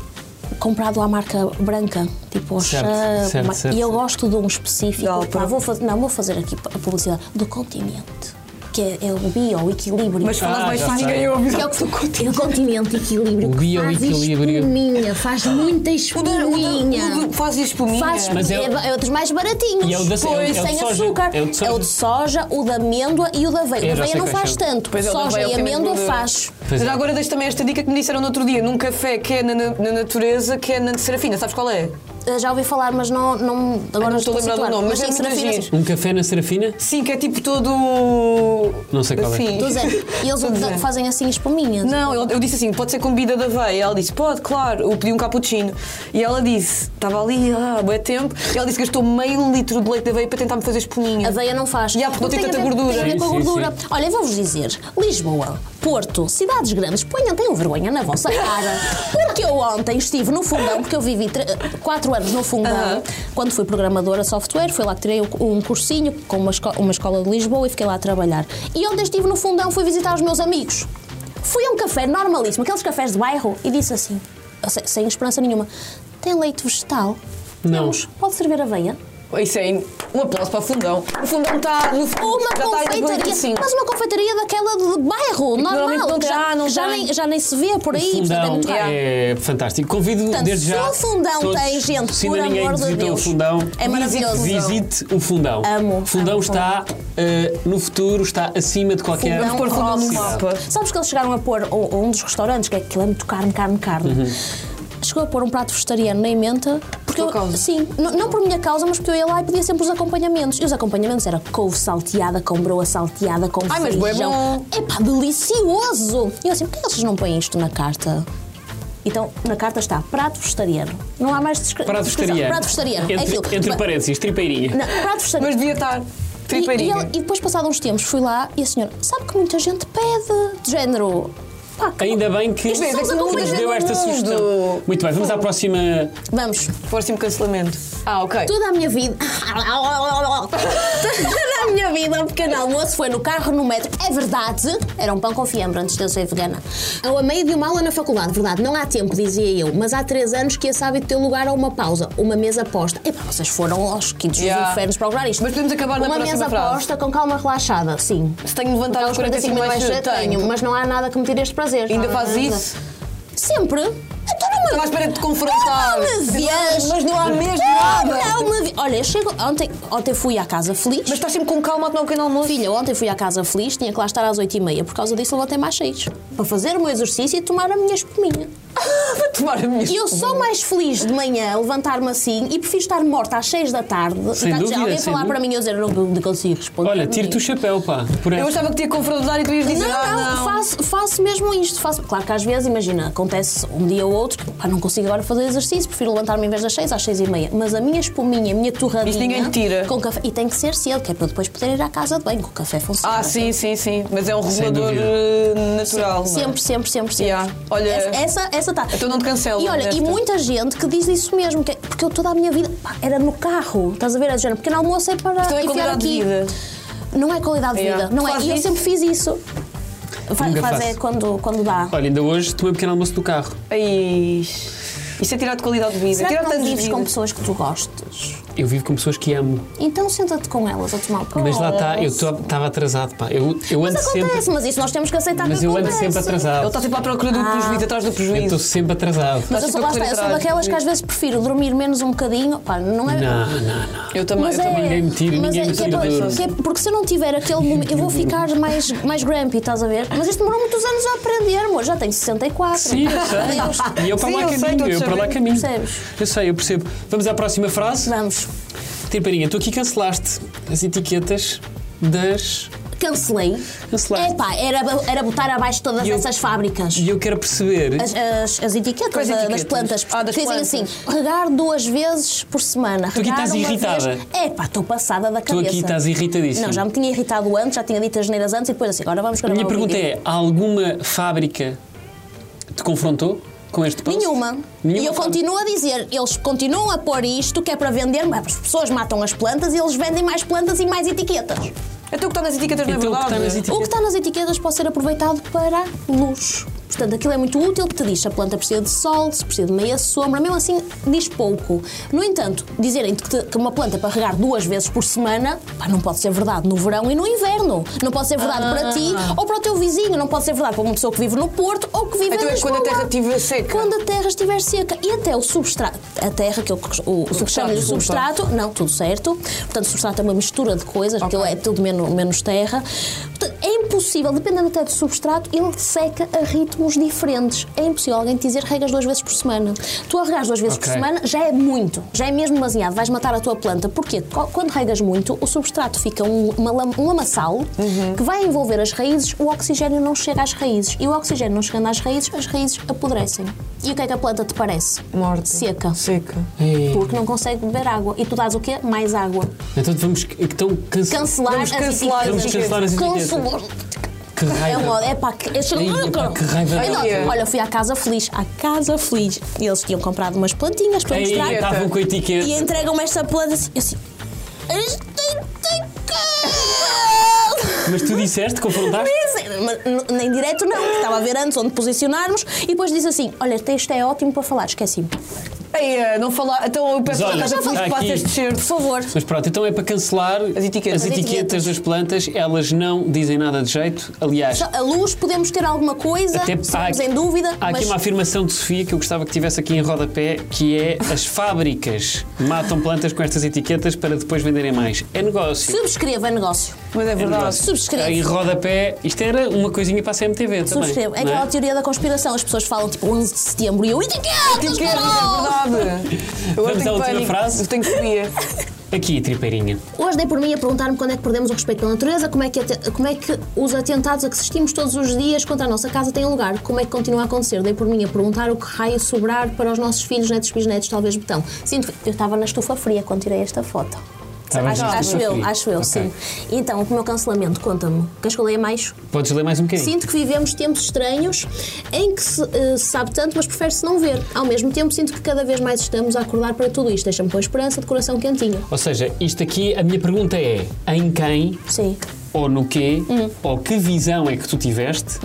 comprado à marca branca, tipo ao
Certo, certo, certo,
E eu
certo.
gosto de um específico.
Da Alpro.
Pá, vou fazer, não, vou fazer aqui a publicidade do continente, que é, é o bio, o equilíbrio.
Mas falas
Ah,
mais
já
baixo
sei.
ninguém ouve.
Que é o que do continente. O continente equilíbrio.
O
que
bio
faz
equilíbrio.
espuminha, faz muita
O da- o da- o
espuminha.
do- Faz espuminha.
Faz,
Mas é
é,
o-
é, outros mais baratinhos.
E é o da- é o-
pois,
é o de
sem
soja.
açúcar.
É o de soja.
soja, o da amêndoa e o da aveia.
Eu já
O da aveia
sei
não
quais
faz
são.
tanto.
Pois é, o da
soja
aveia
e
também
amêndoa
muda.
faz.
Pois
Já
é.
agora deixo também esta dica que me disseram no outro dia, num café que é na, na- na natureza, que é na Serafina, sabes qual é?
Eu Eh, Já ouvi falar, mas não. não agora
Agora não
não
estou a lembrar do
situar.
nome, mas é
sim,
muito
Serafina,
giro.
sim.
Um café na Serafina?
Sim, que é tipo todo.
Não sei qual é.
assim.
Do Zé. E eles
Do Zé.
da- fazem assim espuminhas.
Não, eu, eu disse assim, pode ser com bebida da veia. Ela disse, pode, claro. Eu pedi um cappuccino. E ela disse, estava ali, ah, bué tempo. E ela disse que gastou meio litro de leite da veia para tentar me fazer espuminha.
A veia não faz.
Já, porque não tem tanta
a ver-
gordura.
Tem a ver com a
Sim, sim,
gordura. Olha, eu vou-vos dizer: Lisboa, Porto, cidades grandes, ponham, tenham vergonha na vossa cara. Porque eu ontem estive no fundão, porque eu vivi 4 anos no fundão,
Aham.
quando fui programadora software, fui lá que tirei um- um cursinho com uma, esco- uma escola de Lisboa e fiquei lá a trabalhar. E ontem estive no fundão, fui visitar os meus amigos. Fui a um café normalíssimo, aqueles cafés de bairro, e disse assim, sem, sem esperança nenhuma: tem leite vegetal?
Não.
Temos. Pode servir aveia?
Isso é um aplauso para o fundão. O fundão está no fundo. tá
Uma confeitaria, mas uma confeitaria daquela de bairro, normal.
normalmente não
que já,
dá, não
já,
dá.
nem, já nem se vê por aí, portanto é
Fundão
muito raro.
é fantástico. Convido
Portanto,
desde
se
já.
o Fundão
todos,
tem gente,
se
por
ainda ninguém
amor de
visitou o
Deus.
Fundão,
É maravilhoso.
visite o Fundão.
Amo,
O Fundão
amo,
está eh, no futuro, está acima de qualquer.
Fundão. Vamos pôr fundão no
Ross.
mapa.
Sabes que eles chegaram a pôr um, um dos restaurantes, que é aquilo é muito carne, carne, carne.
Uhum.
Chegou a pôr um prato vegetariano na emenda. Porque
tua
eu,
causa?
Sim, n- não por minha causa, mas porque eu ia lá e pedia sempre os acompanhamentos. E os acompanhamentos era couve salteada, com broa salteada, com
Ai, mas bué
feijão.
bom.
É pá, delicioso! E eu assim, porquê vocês não põem isto na carta? Então, na carta está prato vegetariano. Não há mais descri-
Prato
descrição.
vegetariano.
Prato vegetariano. é aquilo.
Entre, entre
Ba-
parênteses, tripeirinha.
Não, prato vegetariano.
Mas devia tá estar.
E, e,
Tripeirinha.
ele- e depois, passado uns tempos, fui lá e a senhora, sabe que muita gente pede de género. Pá, que-
Ainda bem que um
Isto é,
Somos
é que não
acompanhados
muda
nos deu esta
mundo.
sugestão. Muito bem, vamos à próxima.
Vamos,
Próximo um cancelamento. Ah, ok.
toda a minha vida. toda a minha vida, o pequeno almoço foi no carro, no metro. É verdade, era um pão com fiambre antes de eu ser vegana. Eu, a meio de uma aula na faculdade, verdade, não há tempo, dizia eu, mas há três anos que esse hábito deu lugar a uma pausa, uma mesa posta. Epá, vocês foram aos quintos
Yeah.
dos infernos procurar isto.
Mas podemos acabar na
Uma
próxima
mesa
frase.
posta com calma relaxada, sim.
Se tenho de levantar aos
Aquelas assim
45
45
mais cedo, tenho.
mas não há nada que me tire este prazer.
Ainda
Não,
fazes
não, não.
isso?
Sempre. Então não me-
Estava à espera de te confrontar.
Não me vês.
Mas não há mesmo
Não,
nada.
Não me vi- Olha, eu chego... Ontem, ontem fui à casa feliz.
Mas estás sempre com calma a tomar um pequeno almoço.
Filha, ontem fui à casa feliz, tinha que lá estar às 8h30. Por causa disso, levantei mais 6. Para fazer o meu exercício e tomar a minha espuminha.
Vai tomar a minha
E eu sou mais feliz de manhã a levantar-me assim e prefiro estar morta às 6 da tarde.
Sem
e tá-
dúvida,
alguém
sem
falar
dúvida.
para mim e eu dizer, não, não consigo responder.
Olha, tiro-te o chapéu, pá. Por
Eu
esta.
achava que te ia confrontar e tu ias dizer
Não,
ah,
não, Faço, faço mesmo isto. Faço, claro que às vezes, imagina, acontece um dia ou outro, que, pá, não consigo agora fazer exercício, prefiro levantar-me em vez das 6 às 6 e meia. Mas a minha espuminha, a minha torradinha.
Isso ninguém tira.
Com café, e tem que ser cedo, que é para eu depois poder ir à casa de banho, que o café funciona.
Ah, sim, sim, sim. Mas é um
Sem
regulador
dúvida.
eh, natural. não é?
Sempre, sempre, sempre, sempre.
Yeah. Olha-
essa, essa, essa tá.
Então não te cancelo
E olha, e
desta.
muita gente que diz isso mesmo, que é- porque eu toda a minha vida pá, era no carro, estás a ver? Era do género, pequeno almoço é para
Então é
enfiar
qualidade de
aqui.
vida.
Não é qualidade de vida,
Yeah.
não é?
Faz
E eu
isso?
sempre fiz isso. Fa-
Nunca
faz
faço.
é quando, quando dá.
Olha, ainda hoje tomei um pequeno almoço no carro.
Ai, isso é tirar de qualidade de vida.
Será
tirar
que não
tantos
vives
dias.
com pessoas que tu gostes?
Eu vivo com pessoas que amo.
Então senta-te com elas a tomar pão.
Mas lá está, eu estava atrasado, pá. Eu, eu ando
Mas acontece,
sempre.
mas isso nós temos que aceitar
Mas
que
eu ando
acontece.
sempre
Ele
atrasado.
está sempre à procura
Ah.
do prejuízo, atrás do
Eu estou
prejuízo.
sempre atrasado.
Mas eu sou, lá está, eu sou daquelas que às vezes prefiro dormir menos um bocadinho. Pá, não é.
Não, não, não.
Eu também,
Mas
eu
é,
também.
ninguém me tira,
mas
ninguém
é,
me
que é
tira
para-
duro.
que é- porque se eu não tiver aquele momento, eu vou ficar mais, mais grumpy, estás a ver? Mas isto demorou muitos anos a aprender, amor. Já tenho 64.
Sim, eu
Deus.
sei. E eu para
Sim,
lá
eu sei,
caminho,
todos
eu para lá
sabemos.
caminho.
Percebes?
Eu sei, eu percebo. Vamos à próxima frase.
Vamos.
Temperinha, tu aqui cancelaste as etiquetas das.
Cancelei.
Cancelaste.
Epá, era, era botar abaixo todas
E eu-
essas fábricas.
E eu quero perceber.
As, as- as etiquetas
Quais
da- das
etiquetas?
plantas.
Ah, das
que dizem
plantas.
assim, regar duas vezes por semana.
aqui
regar
estás
uma
irritada.
vez- É pá, estou passada da
Tu
cabeça.
aqui estás irritadíssima.
Não, já me tinha irritado antes, já tinha dito as neiras antes e depois assim, agora
A
vamos gravar
minha
o
pergunta
vídeo.
é: alguma fábrica te confrontou com este post?
Nenhuma.
Nenhuma
E eu
fábrica?
continuo a dizer, eles continuam a pôr isto que é para vender, mas as pessoas matam as plantas e eles vendem mais plantas e mais etiquetas.
É tu que está nas etiquetas,
Então, o
na
que está nas
verdade.
O que
etiquetas?
está nas etiquetas pode ser aproveitado para luz. Portanto, aquilo é muito útil, te diz se a planta precisa de sol, se precisa de meia sombra, mesmo assim diz pouco. No entanto, dizerem-te que, que uma planta é para regar duas vezes por semana, pá, não pode ser verdade no verão e no inverno. Não pode ser verdade
Ah.
para ti ou para o teu vizinho, não pode ser verdade para uma pessoa que vive no Porto ou que vive
Então
em
é
Lisboa.
quando a terra estiver seca.
Quando a terra estiver seca e até o substrato, a terra que eu o, o,
substrato,
chamo-lhe
o substrato.
substrato, não, tudo certo. Portanto, substrato é uma mistura de coisas, porque ele é tudo menos, menos terra. Portanto, é impossível, dependendo até do substrato, ele seca a ritmos diferentes. É impossível alguém te dizer regas duas vezes por semana. Tu a regas duas vezes
Ok.
por semana já é muito, já é mesmo demasiado, vais matar a tua planta. Porquê? Co- Quando regas muito, o substrato fica um, uma lam- um lamaçal
Uhum.
que vai envolver as raízes, o oxigênio não chega às raízes. E o oxigênio não chegando às raízes, as raízes apodrecem. E o que é que a planta te parece?
Morta.
Seca.
Seca.
Ei,
Porque não consegue beber água. E tu dás o quê? Mais água.
Então vamos então, cancelar.
Cancelar
Vamos
as
cancelar
etiquetas.
Vamos cancelar as etiquetas.
Cancelar.
Que
É
raiva.
uma é pá, que, eu chego-
Ei, epá, que raiva
Ai, não,
dela.
Olha, eu fui à Casa Feliz, à Casa Feliz. E eles tinham comprado umas plantinhas para
Ei, é
mostrar.
estavam com a etiqueta.
E entregam-me esta planta assim. Eu assim. Isto é incrível!
Mas tu disseste, confrontaste?
Dizem, mas n- Nem direto não, porque estava a ver antes onde posicionarmos e depois disse assim: Olha, isto é ótimo para falar, esqueci-me.
Ei, eh, não falar. Então eu peço
Mas
para
olha,
casa
está
que
aqui.
passas de
Por
certo.
favor.
Mas pronto, então é para cancelar as
etiquetas.
as
As
etiquetas
etiquetas.
das plantas, elas não dizem nada de jeito. Aliás,
Só A luz, podemos ter alguma coisa,
até há,
estamos em dúvida,
há aqui
mas
uma afirmação de Sofia que eu gostava que tivesse aqui em rodapé, que é as fábricas matam plantas com estas etiquetas para depois venderem mais. É negócio.
subscreva negócio.
Mas é verdade.
Subscreve.
Em rodapé, isto era uma coisinha para a CMTV também.
Subscreva. É
não é?
aquela teoria da conspiração. As pessoas falam tipo 11 de setembro e eu.
Que
Etiquetas,
que é,
Carol!
é verdade. Agora
Vamos à
tenho
última
pânico.
frase?
Eu tenho fobia.
Aqui, tripeirinha.
Hoje dei por mim a perguntar-me quando é que perdemos o respeito pela natureza, como é, que, ate- como é que os atentados a que assistimos todos os dias contra a nossa casa têm lugar, como é que continua a acontecer. Dei por mim a perguntar o que raio sobrar para os nossos filhos, netos, bisnetos, talvez botão. Sinto que eu estava na estufa fria quando tirei esta foto.
Estavas
acho,
na
acho
estufa
eu,
fria.
acho eu,
Ok.
sim. Então, o meu cancelamento, conta-me. Queres que eu leia mais?
Podes ler mais um bocadinho.
Sinto que vivemos tempos estranhos em que se, eh, se sabe tanto, mas prefere-se não ver. Ao mesmo tempo, sinto que cada vez mais estamos a acordar para tudo isto. Deixa-me com a esperança de coração quentinho.
Ou seja, isto aqui, a minha pergunta é: em quem
Sim.
ou no quê,
Hum.
ou que visão é que tu tiveste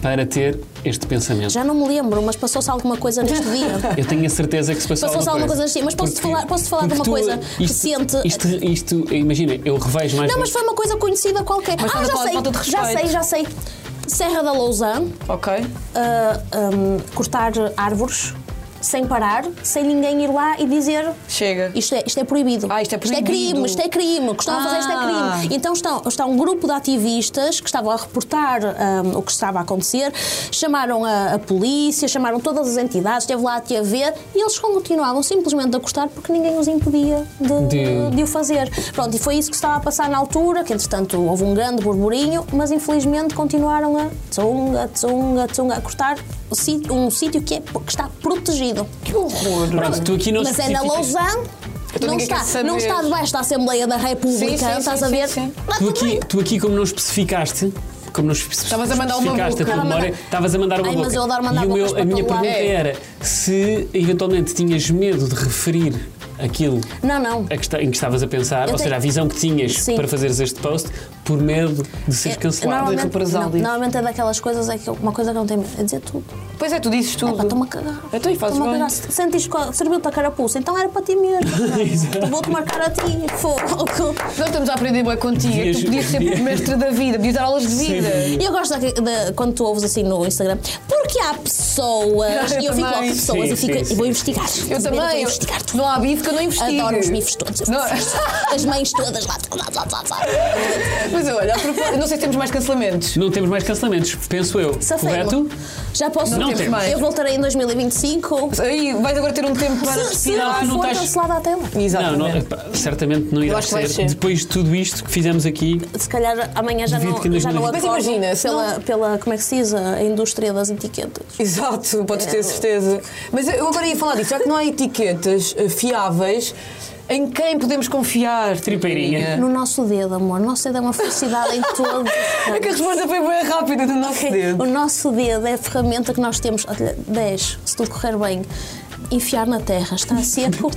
para ter este pensamento?
Já não me lembro, mas passou-se alguma coisa neste dia.
Eu tenho a certeza que se passou,
Passou-se alguma coisa assim, mas posso-te falar- posso-te falar de
porque
uma coisa recente?
Isto, isto, imagina, eu revejo mais...
Não, mas foi uma coisa conhecida qualquer.
Mas
ah,
nada
já
pode-
sei,
falta de
já sei,
respeito.
já sei. Serra da Lousã,
Ok.
ah, hum, cortar árvores sem parar, sem ninguém ir lá e dizer
Chega.
Isto é, isto é proibido.
Ah, isto é proibido.
crime, isto é crime. O que estão a fazer isto
Ah.
é crime. Então estão, está um grupo de ativistas que estavam a reportar hum, o que estava a acontecer, chamaram a, a polícia, chamaram todas as entidades, esteve lá a te ver e eles continuavam simplesmente a cortar porque ninguém os impedia de,
De-
de o fazer. Pronto, e foi isso que estava a passar na altura, que entretanto houve um grande burburinho, mas infelizmente continuaram a tsunga, tsunga, tsunga, a cortar o si- um sítio que, é, que está protegido.
Que horror.
Pronto, tu aqui não
Mas é na
especificas-
Lausanne.
Então
Não
ninguém quer
está,
saber.
não está debaixo da Assembleia da República,
Sim, sim,
estás
sim,
a ver?
sim, sim.
Mas
Tu
tudo
aqui,
bem.
tu aqui, como não especificaste... Como não espe-
Estavas a mandar uma boca.
especificaste a tua
Estava a mandar-
memória, estavas a mandar uma
Ai,
boca.
mas eu adoro mandar
e o
bocas
meu-
para
a minha
todo lado.
pergunta
É.
era se eventualmente tinhas medo de referir aquilo
Não, não.
a que esta- em que estavas a pensar,
Eu
ou
tenho-
seja, a visão que tinhas
Sim.
para fazeres este post, por medo de
É-
seres cancelado.
De
normalmente,
repressão
não,
disso.
normalmente é daquelas coisas, é que eu- uma coisa que eu não tenho medo, é dizer tudo.
Pois é, tu dizes tudo.
Pá, Estou-me a cagar.
Então, e fazes
Estou-me a
bem.
cagar. Sentiste que serviu-te a carapuça, então era para ti mesmo. Vou-te marcar a ti. Fogo.
Nós estamos a aprender bem contigo. é que tu podias
Devias-
ser mestre da vida, podias dar aulas de vida.
E eu gosto da- da- quando tu ouves assim no Instagram, porque há pessoas,
Eu
e eu fico logo
também.
pessoas
Sim,
e fico,
sim, sim.
e vou investigar.
Eu
Vou
também.
investigar tudo.
Não há bife que eu não investigo.
Adoro os níveis todos. eu
Não-
faço. As mães todas lá. lá, lá, lá, lá.
Mas olha, a propósito, não sei se temos mais cancelamentos.
Não temos mais cancelamentos, penso eu.
Safei-me.
Correto?
Já posso.
Não temos
mais.
Eu voltarei em 2025.
Aí vais agora ter um tempo para
Se, se
respirar.
tu não
for
estás-
cancelada a tela.
Não,
Exatamente.
não, epá, certamente não irá
acho que vai
ser.
ser.
Depois de tudo isto que fizemos aqui,
Se calhar amanhã já
Duvido
não,
que em
já não
2025.
acordo.
Mas imagina, se
pela,
não-
pela, como é que se diz, a indústria das etiquetas.
Exato, podes
É.
ter certeza. Mas eu agora ia falar disso, já que não há etiquetas eh, fiáveis, em quem podemos confiar?
Tripeirinha.
No nosso dedo, amor. O nosso dedo é uma felicidade em todo.
É que a resposta foi bem rápida do nosso dedo.
O nosso dedo é a ferramenta que nós temos. Olha, 10, se tudo correr bem. Enfiar na terra, está seco,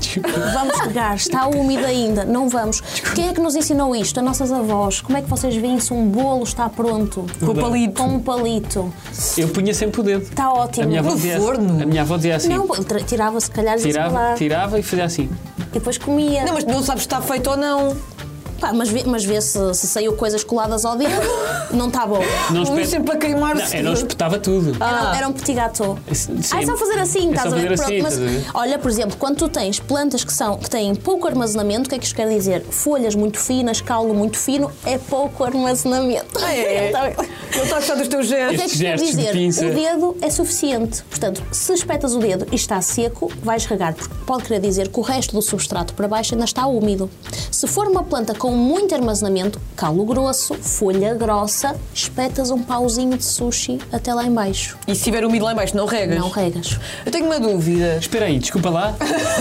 vamos regar, está úmido ainda, não vamos. Quem é que nos ensinou isto? As nossas avós. Como é que vocês veem se um bolo está pronto?
Com o palito.
Com um palito.
eu punha sempre o dedo.
Está ótimo.
A minha avó
No
dizia,
forno?
a minha avó dizia assim:
Não, tra- tirava se calhar e dizia
tirava,
lá.
tirava e fazia assim.
E depois comia.
Não, mas não sabes se está feito ou não.
Pá, mas vê, mas vê se, se saiu coisas coladas ao dedo, não está bom.
Não
Não é
espet-
sempre a
Não,
queimar-se.
eu não espetava tudo.
Era, era um petit gâteau.
Sim.
Ah, é só fazer assim,
É
estás
só
a ver?
fazer assim,
mas,
estás a ver?
olha, por exemplo, quando tu tens plantas que, são, que têm pouco armazenamento, o que é que isto quer dizer? Folhas muito finas, caulo muito fino, é pouco armazenamento.
Ah, é? Ele
Então,
está a gostar dos teus
o que
gestos.
é que
Estes
isto quer
gestos de
dizer?
pinça.
O dedo é suficiente. Portanto, se espetas o dedo e está seco, vais regar, porque pode querer dizer que o resto do substrato para baixo ainda está úmido. Se for uma planta com muito armazenamento, calo grosso, folha grossa, espetas um pauzinho de sushi até lá em baixo.
E se tiver úmido lá em baixo, não regas?
Não regas.
Eu tenho uma dúvida.
Espera aí, desculpa lá.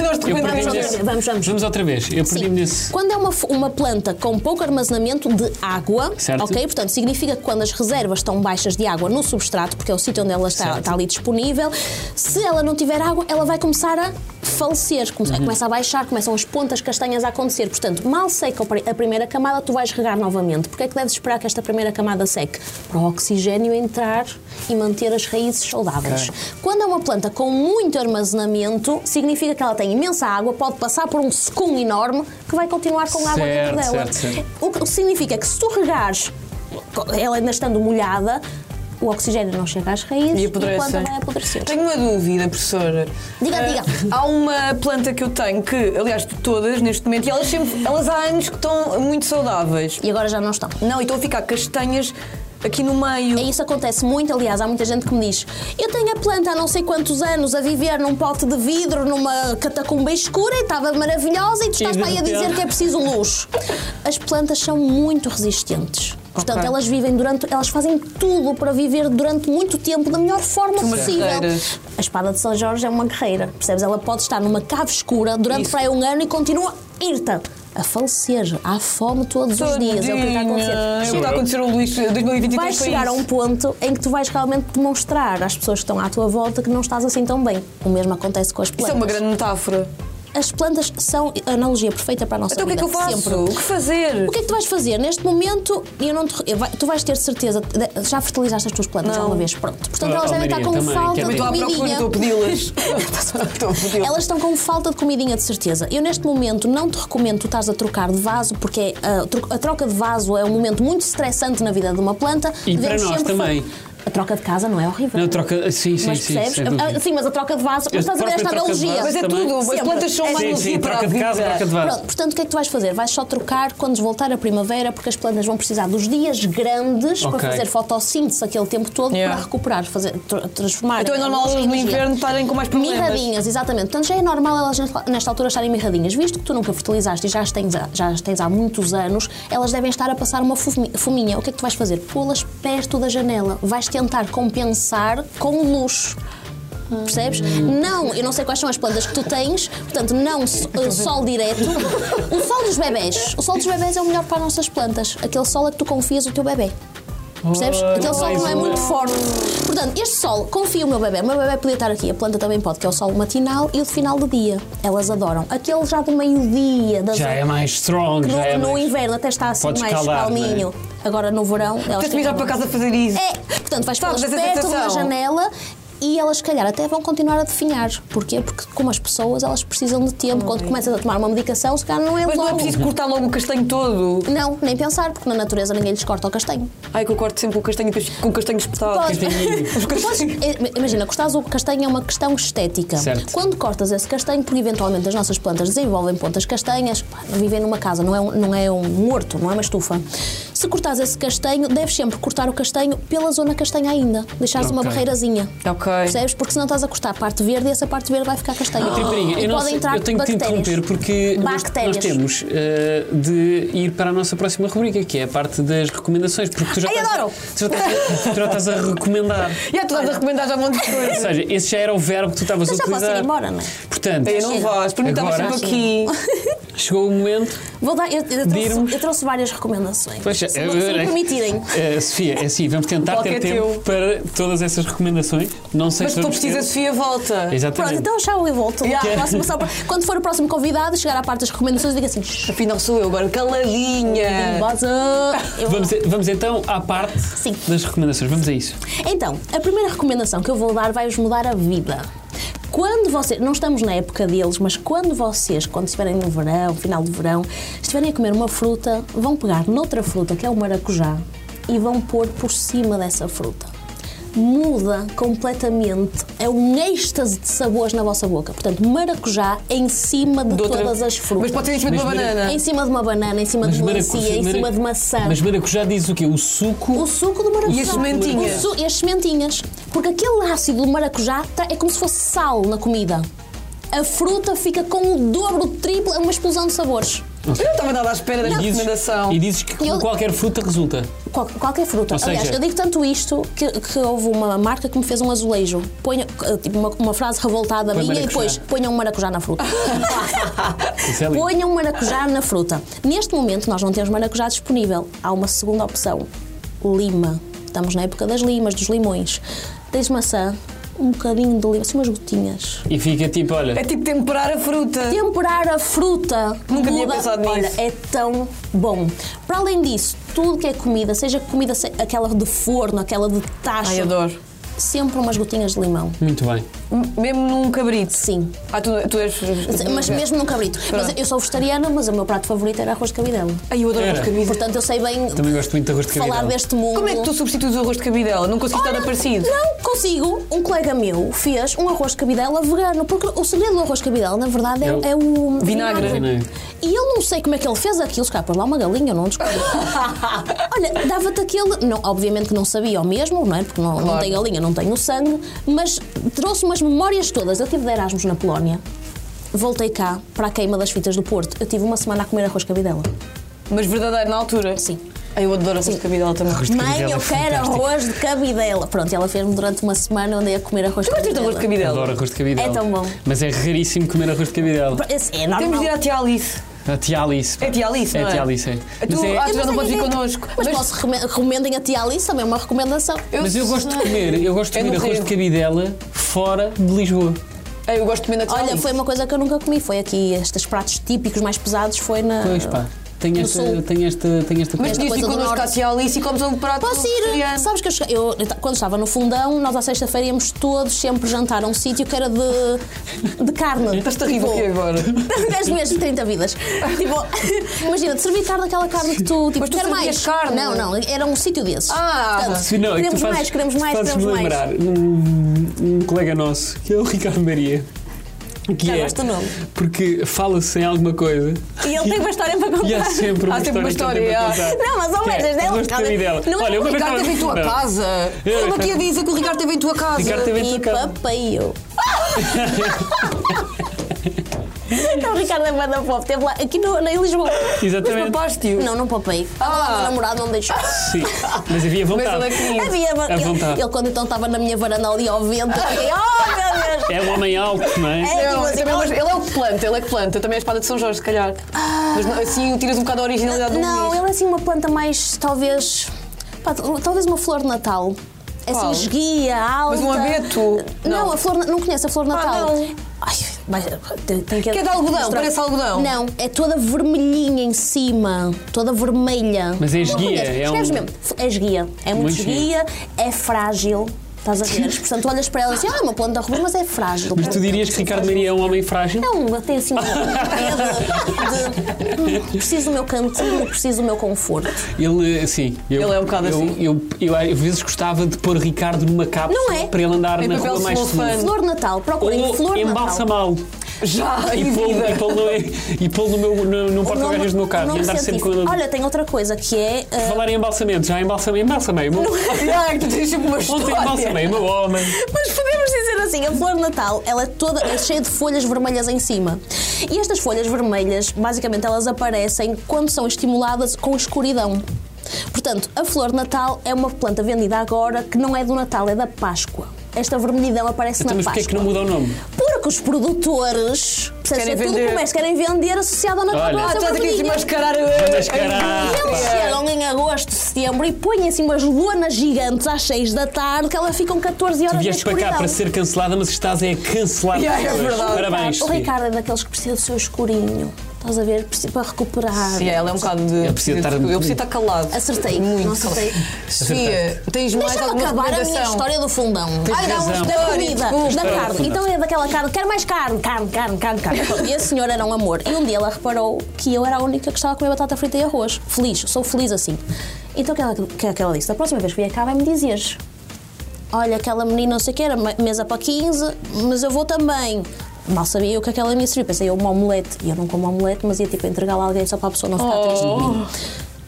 Nós te
Eu
recomendamos
perdi-me
outra
nesse-
vez. Vamos, vamos.
Vamos outra vez. Eu
Sim.
perdi-me nesse.
Quando é uma, f- uma planta com pouco armazenamento de água,
Certo.
ok? Portanto, significa que quando as reservas estão baixas de água no substrato, porque é o sítio onde ela está,
Certo.
está ali disponível, se ela não tiver água, ela vai começar a falecer,
Uhum.
Come- começa a baixar, começam as pontas castanhas a acontecer. Portanto, mal seca o pri- a primeira camada, tu vais regar novamente. Porquê é que deves esperar que esta primeira camada seque? Para o oxigênio entrar e manter as raízes saudáveis.
Ok.
Quando é uma planta com muito armazenamento, significa que ela tem imensa água, pode passar por um secum enorme que vai continuar com água dentro
Certo,
dela.
certo, certo.
O que significa que se tu regares, ela ainda estando molhada, o oxigênio não chega às raízes
E
e a planta
apodrece.
vai apodrecer.
Tenho uma dúvida, professora.
Diga,
Ah,
diga.
Há uma planta que eu tenho que, aliás, de todas neste momento, e elas, sempre, elas há anos que estão muito saudáveis.
E agora já não estão.
Não, e estão a ficar castanhas aqui no meio.
E É isso acontece muito, aliás, há muita gente que me diz: eu tenho a planta há não sei quantos anos a viver num pote de vidro, numa catacumba escura e estava maravilhosa, e tu
E
estás
de
para aí a dizer
repente-
que é preciso luz. As plantas são muito resistentes. Portanto,
Ok.
elas vivem durante. elas fazem tudo para viver durante muito tempo da melhor forma
São umas
possível.
guerreiras.
A espada de São Jorge é uma guerreira, percebes? Ela pode estar numa cave escura durante
Isso.
para aí um ano e continua irta. A falecer, há fome todos os dias, é o que está a acontecer.
Está a acontecer ao Luís 2023
Vais
foi
chegar a
isso.
um ponto em que tu vais realmente demonstrar às pessoas que estão à tua volta que não estás assim tão bem. O mesmo acontece com as
Isso
plantas.
é uma grande metáfora.
As plantas são a analogia perfeita para a nossa
Então o que é
vida.
que eu faço?
Sempre.
O que fazer?
O que é que tu vais fazer? Neste momento, eu não te- eu vai- tu vais ter certeza. de- Já fertilizaste as tuas plantas
Não.
alguma vez? Pronto. Portanto,
Ah,
elas devem
Maria,
estar com
também, é
falta
quer
Eu
de
dizer-
estou à procura,
comidinha.
estou a pedi-las. Estou a pedi-las.
Elas estão com falta de comidinha de certeza. Eu, neste momento, não te recomendo tu estás a trocar de vaso, porque ah, tro- a troca de vaso é um momento muito estressante na vida de uma planta.
E para
Devemos
nós
sempre fa-
também.
A troca de casa não é horrível.
Não, troca. Sim, sim,
mas
sim.
percebes?
sem dúvida.
Ah, sim, mas a troca de vaso. Mas
Eu
estás a ver
troco
esta
a troca de
analogia.
vaso
Mas é
também.
tudo, as
Sempre.
plantas são
Sim,
mais
Sim,
maluquias
sim,
para
troca
a
de casa,
vida.
troca de vaso.
Pronto, portanto, o que é que tu vais fazer? Vais só trocar quando voltar a primavera, porque as plantas vão precisar dos dias grandes
Ok.
para fazer fotossíntese aquele tempo todo
Yeah.
para recuperar, fazer, tra- transformar.
Então é
a
normal
luz em
elas no
energia.
inverno estarem com mais problemas.
Mirradinhas, exatamente. Portanto, já é normal elas nesta- nesta altura estarem mirradinhas. Visto que tu nunca fertilizaste e já as tens, há- já as tens há muitos anos, elas devem estar a passar uma fumi- fominha. O que é que tu vais fazer? Pô-las perto da janela. Vais tentar compensar com luz. Percebes? Não, eu não sei quais são as plantas que tu tens, portanto, não so- eh, sol direto. O sol dos bebés. O sol dos bebés é o melhor para as nossas plantas. Aquele sol a que tu confias o teu bebê. Percebes?
Olha,
Aquele sol que não é
mais
muito
uma.
forte. Portanto, este sol, confia o meu bebê. O meu bebê podia estar aqui, a planta também pode, que é o sol matinal e o de final do dia. Elas adoram. Aquele já do meio-dia, das
Já é mais strong,
no,
já é
no
mais...
inverno até está assim
Podes
mais
calar, é?
calminho. Agora no verão, elas
Tens de ir já
têm-
para casa fazer isso.
É, portanto, vais pô-las
Sabes essa
perto de uma
sensação?
janela e elas, se calhar, até vão continuar a definhar. Porquê? Porque, como as pessoas, elas precisam de tempo. Quando começas a tomar uma medicação, se calhar não é
Mas não é
logo.
preciso cortar logo o castanho todo.
Não, nem pensar, porque na natureza ninguém lhes corta o castanho.
Ai, que eu corto sempre o castanho e depois fico com o castanho espetado.
Podes.
Os castanhos-
É, Imagina, cortares o castanho é uma questão estética.
assim- Certo.
Quando cortas esse castanho, porque eventualmente as nossas plantas desenvolvem pontas castanhas, pá, vivem numa casa, não é, um, não é um horto, não é uma estufa. Se cortares esse castanho, deves sempre cortar o castanho pela zona castanha ainda. Deixares uma
Ok.
barreirazinha.
Ok.
Percebes? Porque senão estás a cortar a parte verde e essa parte verde vai ficar castanha.
Temperinha,
e
Ah, eu, não
podem
sei,
entrar
eu tenho que te
bactérias.
interromper porque nós,
Bactérias.
nós temos eh, de ir para a nossa próxima rubrica, que é a parte das recomendações, porque tu já,
Ai,
estás,
adoro!
tu já, estás, tu já estás a recomendar.
Já tu estás a recomendar já um monte de
Ou
coisa.
seja, esse já era o verbo que tu estavas a
Mas Então já posso ir
utilizar.
embora, não é?
Portanto,
Ei, não
Chega.
vás, para mim estavas
Agora-
sempre aqui.
chegou o momento.
Vou dar, eu, eu
Dirmos.
trouxe, eu trouxe várias recomendações.
Pois,
se,
é,
me- se
é-
me permitirem.
Eh, Sofia, é assim, vamos tentar
Qualquer
ter tempo
teu.
para todas essas recomendações. Não sei
Mas
se
tu
vamos ter.
precisas, Sofia, volta.
Exatamente.
Pronto, então já eu volto lá.
Yeah.
Próximo, só para- quando for o próximo convidado, chegar à parte das recomendações, diga assim: "Shh,
Afinal sou eu agora, caladinha.
Bosa." Eu-
Vamos, vamos então à parte
Sim.
das recomendações. Vamos a isso.
Então, a primeira recomendação que eu vou dar vai-vos mudar a vida. Quando vocês, não estamos na época deles, mas quando vocês, quando estiverem no verão, final de verão, estiverem a comer uma fruta, vão pegar noutra fruta, que é o maracujá, e vão pôr por cima dessa fruta. muda completamente. É um êxtase de sabores na vossa boca. Portanto, maracujá em cima de,
De outra-
todas as
Mas
frutas.
pode ser em cima de uma
Mas mira-
banana.
Em cima de uma banana, em cima de uma
maracu-
melancia, em
mara-
cima de maçã.
Mas maracujá diz o quê? O suco.
O suco do maracujá.
E as sementinhas?
O su- E as sementinhas. Porque aquele ácido do maracujá tá- é como se fosse sal na comida. A fruta fica com o dobro, o triplo, é uma explosão de sabores.
Eu não estava nada à espera desta
E dizes-
recomendação.
E dizes que com
Eu-
qualquer fruta resulta.
Qual- qualquer fruta.
Ou seja-
Aliás, eu digo tanto isto que, que houve uma marca que me fez um azulejo. Ponha eh, tipo, uma, uma frase revoltada
Põe
minha e
maracujá.
depois ponha um maracujá na fruta.
Isso é lindo.
ponha um maracujá
Ah, é.
na fruta. Neste momento nós não temos maracujá disponível. Há uma segunda opção: lima. Estamos na época das limas, dos limões. Tens maçã, um bocadinho de lima, assim umas gotinhas.
E fica tipo,
É
olha,
tipo temperar a fruta.
Temperar a fruta.
Nunca tinha
muda-
pensado nisso.
Olha, é tão bom. Para além disso, tudo que é comida, seja comida se- aquela de forno, aquela de tacho,
Ai, adoro.
sempre umas gotinhas de limão.
muito bem.
M- Mesmo num cabrito.
Sim.
Ah, tu, tu és.
Mas mesmo num cabrito. Mas
Uhum. Pronto.
eu sou vegetariana, mas o meu prato favorito era arroz de cabidela.
Ai, eu adoro
Era.
arroz de cabidela.
Portanto, eu sei bem
Também gosto muito de arroz de
falar
cabidela.
deste mundo.
Como é que tu substituís o arroz de cabidela? Oh, Não consigo estar
Olha,
aparecido.
Não consigo. Um colega meu fez um arroz de cabidela vegano, porque o segredo do arroz de cabidela, na verdade, é,
É o-
é o
Vinagre.
Vinagre.
E eu não sei como é que ele fez aquilo, se calhar pôs lá uma galinha, eu não descobri. Olha, dava-te aquele. Não, obviamente que não sabia ao mesmo, não é? Porque não, não
Claro.
tem galinha, não tenho sangue, mas trouxe umas memórias todas. Eu tive de Erasmus na Polónia. Voltei cá para a queima das fitas do Porto. Eu tive uma semana a comer arroz de cabidela.
Mas verdadeiro na altura.
Sim.
Ai, eu adoro arroz de cabidela também.
Arroz de
Mãe,
cabidela é
eu quero
fantástico.
arroz de cabidela. Pronto, e ela fez-me durante uma semana onde ia comer arroz de
Tu gostas de arroz
cabidela.
de cabidela?
Adoro arroz de cabidela.
É tão bom.
Mas é raríssimo comer arroz de cabidela.
Esse É normal.
Temos de ir à tia Alice.
A tia Alice. pá.
É tia Alice,
É
não é?
tia Alice, é.
Então,
A
Mas
tu-
é-
ah, tu já
Eu
não
sei
podes
quem
vir
é que-
connosco.
Mas, posso, reme- recomendem a tia Alice, também é uma recomendação.
Mas eu gosto de comer, eu gosto de
Eu
comer
não
arroz de
sei.
cabidela fora de Lisboa.
Ai, É, eu gosto de comer na tia
Olha,
Alice.
foi uma coisa que eu nunca comi. Foi aqui, estes pratos típicos mais pesados, foi na.
Pois pá, tem
No
esta,
sul.
tem esta, tem esta
Mas podias
esta
ir
coisa do
connosco à
norte.
tia Alice e comes um prato
Posso ir?
vegetariano.
Sabes que eu, cheguei- eu- eu ta- quando estava no fundão, nós à sexta-feira íamos todos sempre jantar a um sítio que era de, de carne. Tipo,
Estás-te a rir do quê agora?
Tens mesmo 30 vidas. Tipo, imagina, te servi carne aquela carne que tu. Tipo,
Mas tu
quero
servias
mais.
carne?
Não, não, era um sítio desses.
Ah.
Se não, é que tu
queremos
fazes-
mais, queremos
tu
mais,
fazes-me
queremos mais.
lembrar um, um colega nosso, que é o Ricardo Maria. Que
Já
é,
gosto do nome.
Porque fala-se em alguma coisa
E ele tem uma história para contar.
e há sempre uma
Há sempre uma
história. que ele
história,
tem
ah.
para contar.
Não, mas ao
Que é,
menos, né?
arroz de cabidela.
Não é
Olha, eu
O
vou
Ricardo
contar-
teve em tua
Não.
casa.
Eu-
Estava aqui a dizer que o Ricardo teve em tua casa.
Ricardo teve em
é E
tua casa.
papaio. Então, o Ricardo é banda pop, teve lá, aqui no, em Lisboa.
Exatamente.
Papaste-o.
Não, não papai.
Ah.
Ah, meu namorado não deixou.
Sim, mas havia vontade.
ele é que-
Havia,
À vontade.
ele, ele quando então estava na minha varanda ali ao vento, eu fiquei, oh meu Deus!
É um homem alto, não é?
É,
Não,
tipo assim,
também
olha-
ele é o que planta, ele é que planta. Também é a espada de São Jorge, se calhar. Mas não- assim tiras um bocado da originalidade do
Não,
Luís.
ele é assim uma planta mais, talvez. pá, talvez uma flor de Natal. É
Qual?
assim, esguia, alta.
Mas um abeto?
Não,
Não.
a flor, não conhece a flor de
Ah,
Natal.
não.
Ai, vai, tem, tem que
Que é de algodão, parece algodão.
Não, é toda vermelhinha em cima, toda vermelha.
Mas é
Não
esguia,
conheces,
é
escreves
um-
mesmo. É esguia. É muito,
Muito
esguia, é frágil. Estás a ver? Portanto, olhas para ela e dizes, ah, é uma planta ruim, mas é frágil.
Mas tu dirias que Ricardo Maria é um homem frágil?
Não, tem assim um pé de, de- Preciso do meu cantinho, preciso do meu conforto.
Ele, sim. Eu,
Ele é um bocado
eu,
assim.
Eu, eu, às vezes gostava de pôr Ricardo numa capa
Não é?
para ele andar
Em
na
papel
rua mais
celofane.
seguro.
Flor de Natal, procurem
Ou
Flor de Natal.
embalsamá-lo
Já,
e
em
pô-lo
Ah, vida.
e pô-lo no, e pô-lo no, meu- no, no
O nome-
porta-gajas do meu
o
carro e
nome
andar sempre com
científico.
ele.
Olha, tem outra coisa que é. ah,
Falar em embalsamento, já embalsamei, embalsamei. o meu-
Ah, que tu tens sempre uma
Ontem
história.
embalsamei o meu homem.
mas podemos dizer assim, a flor de Natal, ela é toda é cheia de folhas vermelhas em cima. E estas folhas vermelhas, basicamente, elas aparecem quando são estimuladas com escuridão. Portanto, a flor de Natal é uma planta vendida agora que não é do Natal, é da Páscoa. Esta vermelhidão aparece
Então,
na
mas
Páscoa.
porquê é que não muda o nome?
Porque os produtores, percebes,
Querem
é tudo
vender.
comércio, querem vender associado ao Natal.
Olha.
Ah,
Nossa,
estás aqui a
vermelhinha.
desmascarar. eh,
Desmascarar.
a-
E eles chegam em agosto, setembro e põem assim umas lonas gigantes às 6 da tarde que elas ficam 14 horas
Tu
na
vieste para cá
escuridão.
para ser cancelada, mas estás é cancelada.
Yeah, é verdade.
Parabéns.
O
Sofia.
Ricardo é daqueles que precisa do seu escurinho. Estás a ver? Precisa para recuperar.
Sim, ela é um bocado de.
Eu preciso estar- É
Eu preciso estar calado.
Acertei.
Muito.
Não acertei.
Sofia, tens mais
Deixa-me
alguma
acabar a minha
recomendação?
história do fundão. Ai, dá
razão.
uma da comida,
Desculpa.
da carne.
Desculpa.
Então é daquela carne, quero mais carne, carne, carne, carne, carne. E a senhora era um amor. E um dia ela reparou que eu era a única que estava a comer batata frita e arroz. Feliz, sou feliz assim. Então o que ela, o que é que ela disse? Da próxima vez que vier cá vai-me dizeres. Olha, aquela menina não sei o que era, me- mesa para 15, mas eu vou também. Mal sabia eu que aquela ia servir. Pensei, eu uma omelete. E eu não como omelete, mas ia tipo entregá-la a alguém só para a pessoa não ficar triste
Oh.
comigo.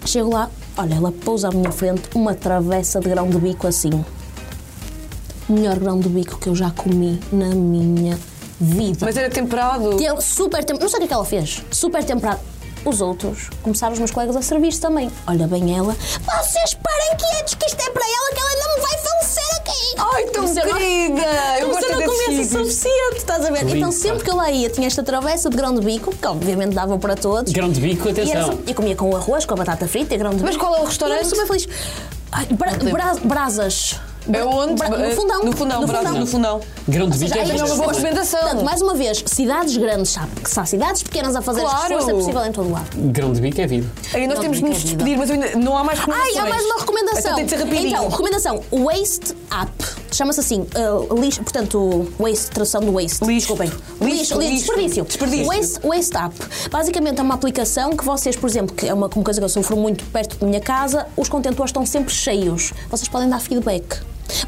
Chego lá, olha, ela pousa à minha frente uma travessa de grão de bico assim. Melhor grão de bico que eu já comi na minha vida.
Mas era temperado.
Tem super tempo. Não sei o que é que ela fez. Super temperado. Os outros começaram os meus colegas a servir-se também. Olha bem ela. Vocês parem quietos que isto é para ela, que ela ainda me vai falecer aqui.
Ai, tão
Comecei a-
querida! Eu
Comecei
gosto é
a não
desses
comer
vídeos.
suficiente, estás a ver?
Lindo,
Então sempre
pá.
que eu lá ia tinha esta travessa de grão de bico, que obviamente dava para todos.
Grão de bico,
E era
atenção.
só- eu comia com o arroz, com a batata frita e grão de
Mas
bico.
qual é o
E era
restaurante?
super feliz. Ai, bra- bra- brasas.
É onde?
Bra- no fundão.
No fundão, brasa no fundão.
Grão de
Ou
bico
seja,
é
há
é
verde.
uma
estes-
boa recomendação.
Portanto, mais uma vez, cidades grandes, sabe? Que são cidades pequenas a fazer
Claro.
as força possível em todo o lado.
Grão de bico é vida.
Aí nós
Não,
temos de nos
brincadeira.
despedir, mas eu ainda não há mais recomendações.
Ai, há mais uma recomendação.
Então tem de ser rapidinho.
Então, recomendação: Waste Up. Chama-se assim, uh, lixo, portanto, waste, tradução do waste.
Lixo.
Desculpem.
Lixo,
lixo,
lixo.
desperdício.
Desperdício.
Waste, waste Up. Basicamente é uma aplicação que vocês, por exemplo, que é uma, uma coisa que eu sofro muito perto da minha casa, os contentores estão sempre cheios. Vocês podem dar feedback.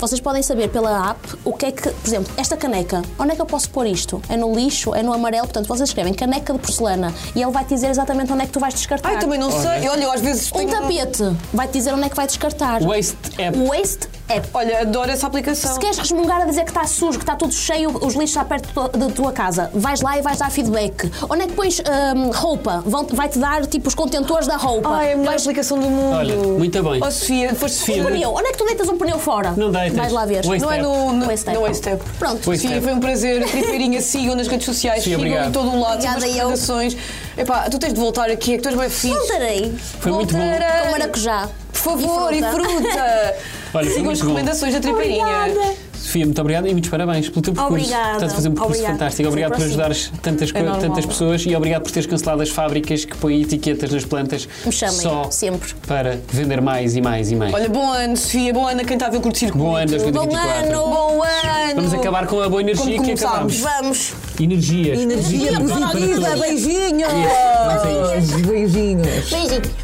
Vocês podem saber pela app o que é que, por exemplo, esta caneca, onde é que eu posso pôr isto? É no lixo, é no amarelo, portanto vocês escrevem caneca de porcelana e ele vai te dizer exatamente onde é que tu vais descartar.
Ai, também não sei. Olha, eu às vezes
Um
tenho...
tapete vai te dizer onde é que vai descartar.
Waste é app.
Waste app.
Olha, adoro essa
Se
aplicação.
queres resmungar a dizer que está sujo, que está tudo cheio, os lixos está perto da tua- da tua casa, vais lá e vais dar feedback. Onde é que pões hum, roupa? Vão- Vai-te dar tipo os contentores da roupa.
Ai, é a melhor
Vais-
aplicação do mundo.
Olha, muito bem.
Oh, Sofia, foste
Sofia,
Sofia.
Pneu. Onde é que tu deitas um pneu fora?
Não deitas.
Vais lá ver.
Waste
Não é no, no, não é step.
Pronto.
Waste
Sofia,
app.
foi um prazer. Tripeirinha, sigam nas redes sociais,
Sofia,
sigam em
é. obrigado.
todo o lado, sigam as
Obrigada, eu.
recomendações. Epá, tu tens de voltar aqui, é que tu és bem fixe.
Voltarei.
Foi muito bom.
Voltarei.
Com maracujá.
Por favor, e fruta.
Olha, foi
sigam as
muito bom.
recomendações da Tripeirinha.
Obrigada.
Sofia, muito obrigado e muitos parabéns pelo teu percurso.
Obrigada.
Estás a fazer um percurso
Obrigada.
fantástico. Obrigado por
Sempre assim.
ajudares tantas, co-
normal.
tantas pessoas e obrigado por teres cancelado as fábricas que põem etiquetas nas plantas
Me chamem,
só
sempre.
para vender mais e mais e mais.
Olha, bom ano, Sofia. Bom ano a quem está a ver o curto circuito.
Bom ano 2024.
Bom ano.
Bom ano.
Vamos acabar com a boa energia
Como
que
começámos.
acabamos.
Vamos.
Energias.
Energia
Energia
positiva.
positiva.
Beijinhos.
Yes, vamos a isso.
Beijinhos.
Beijinhos.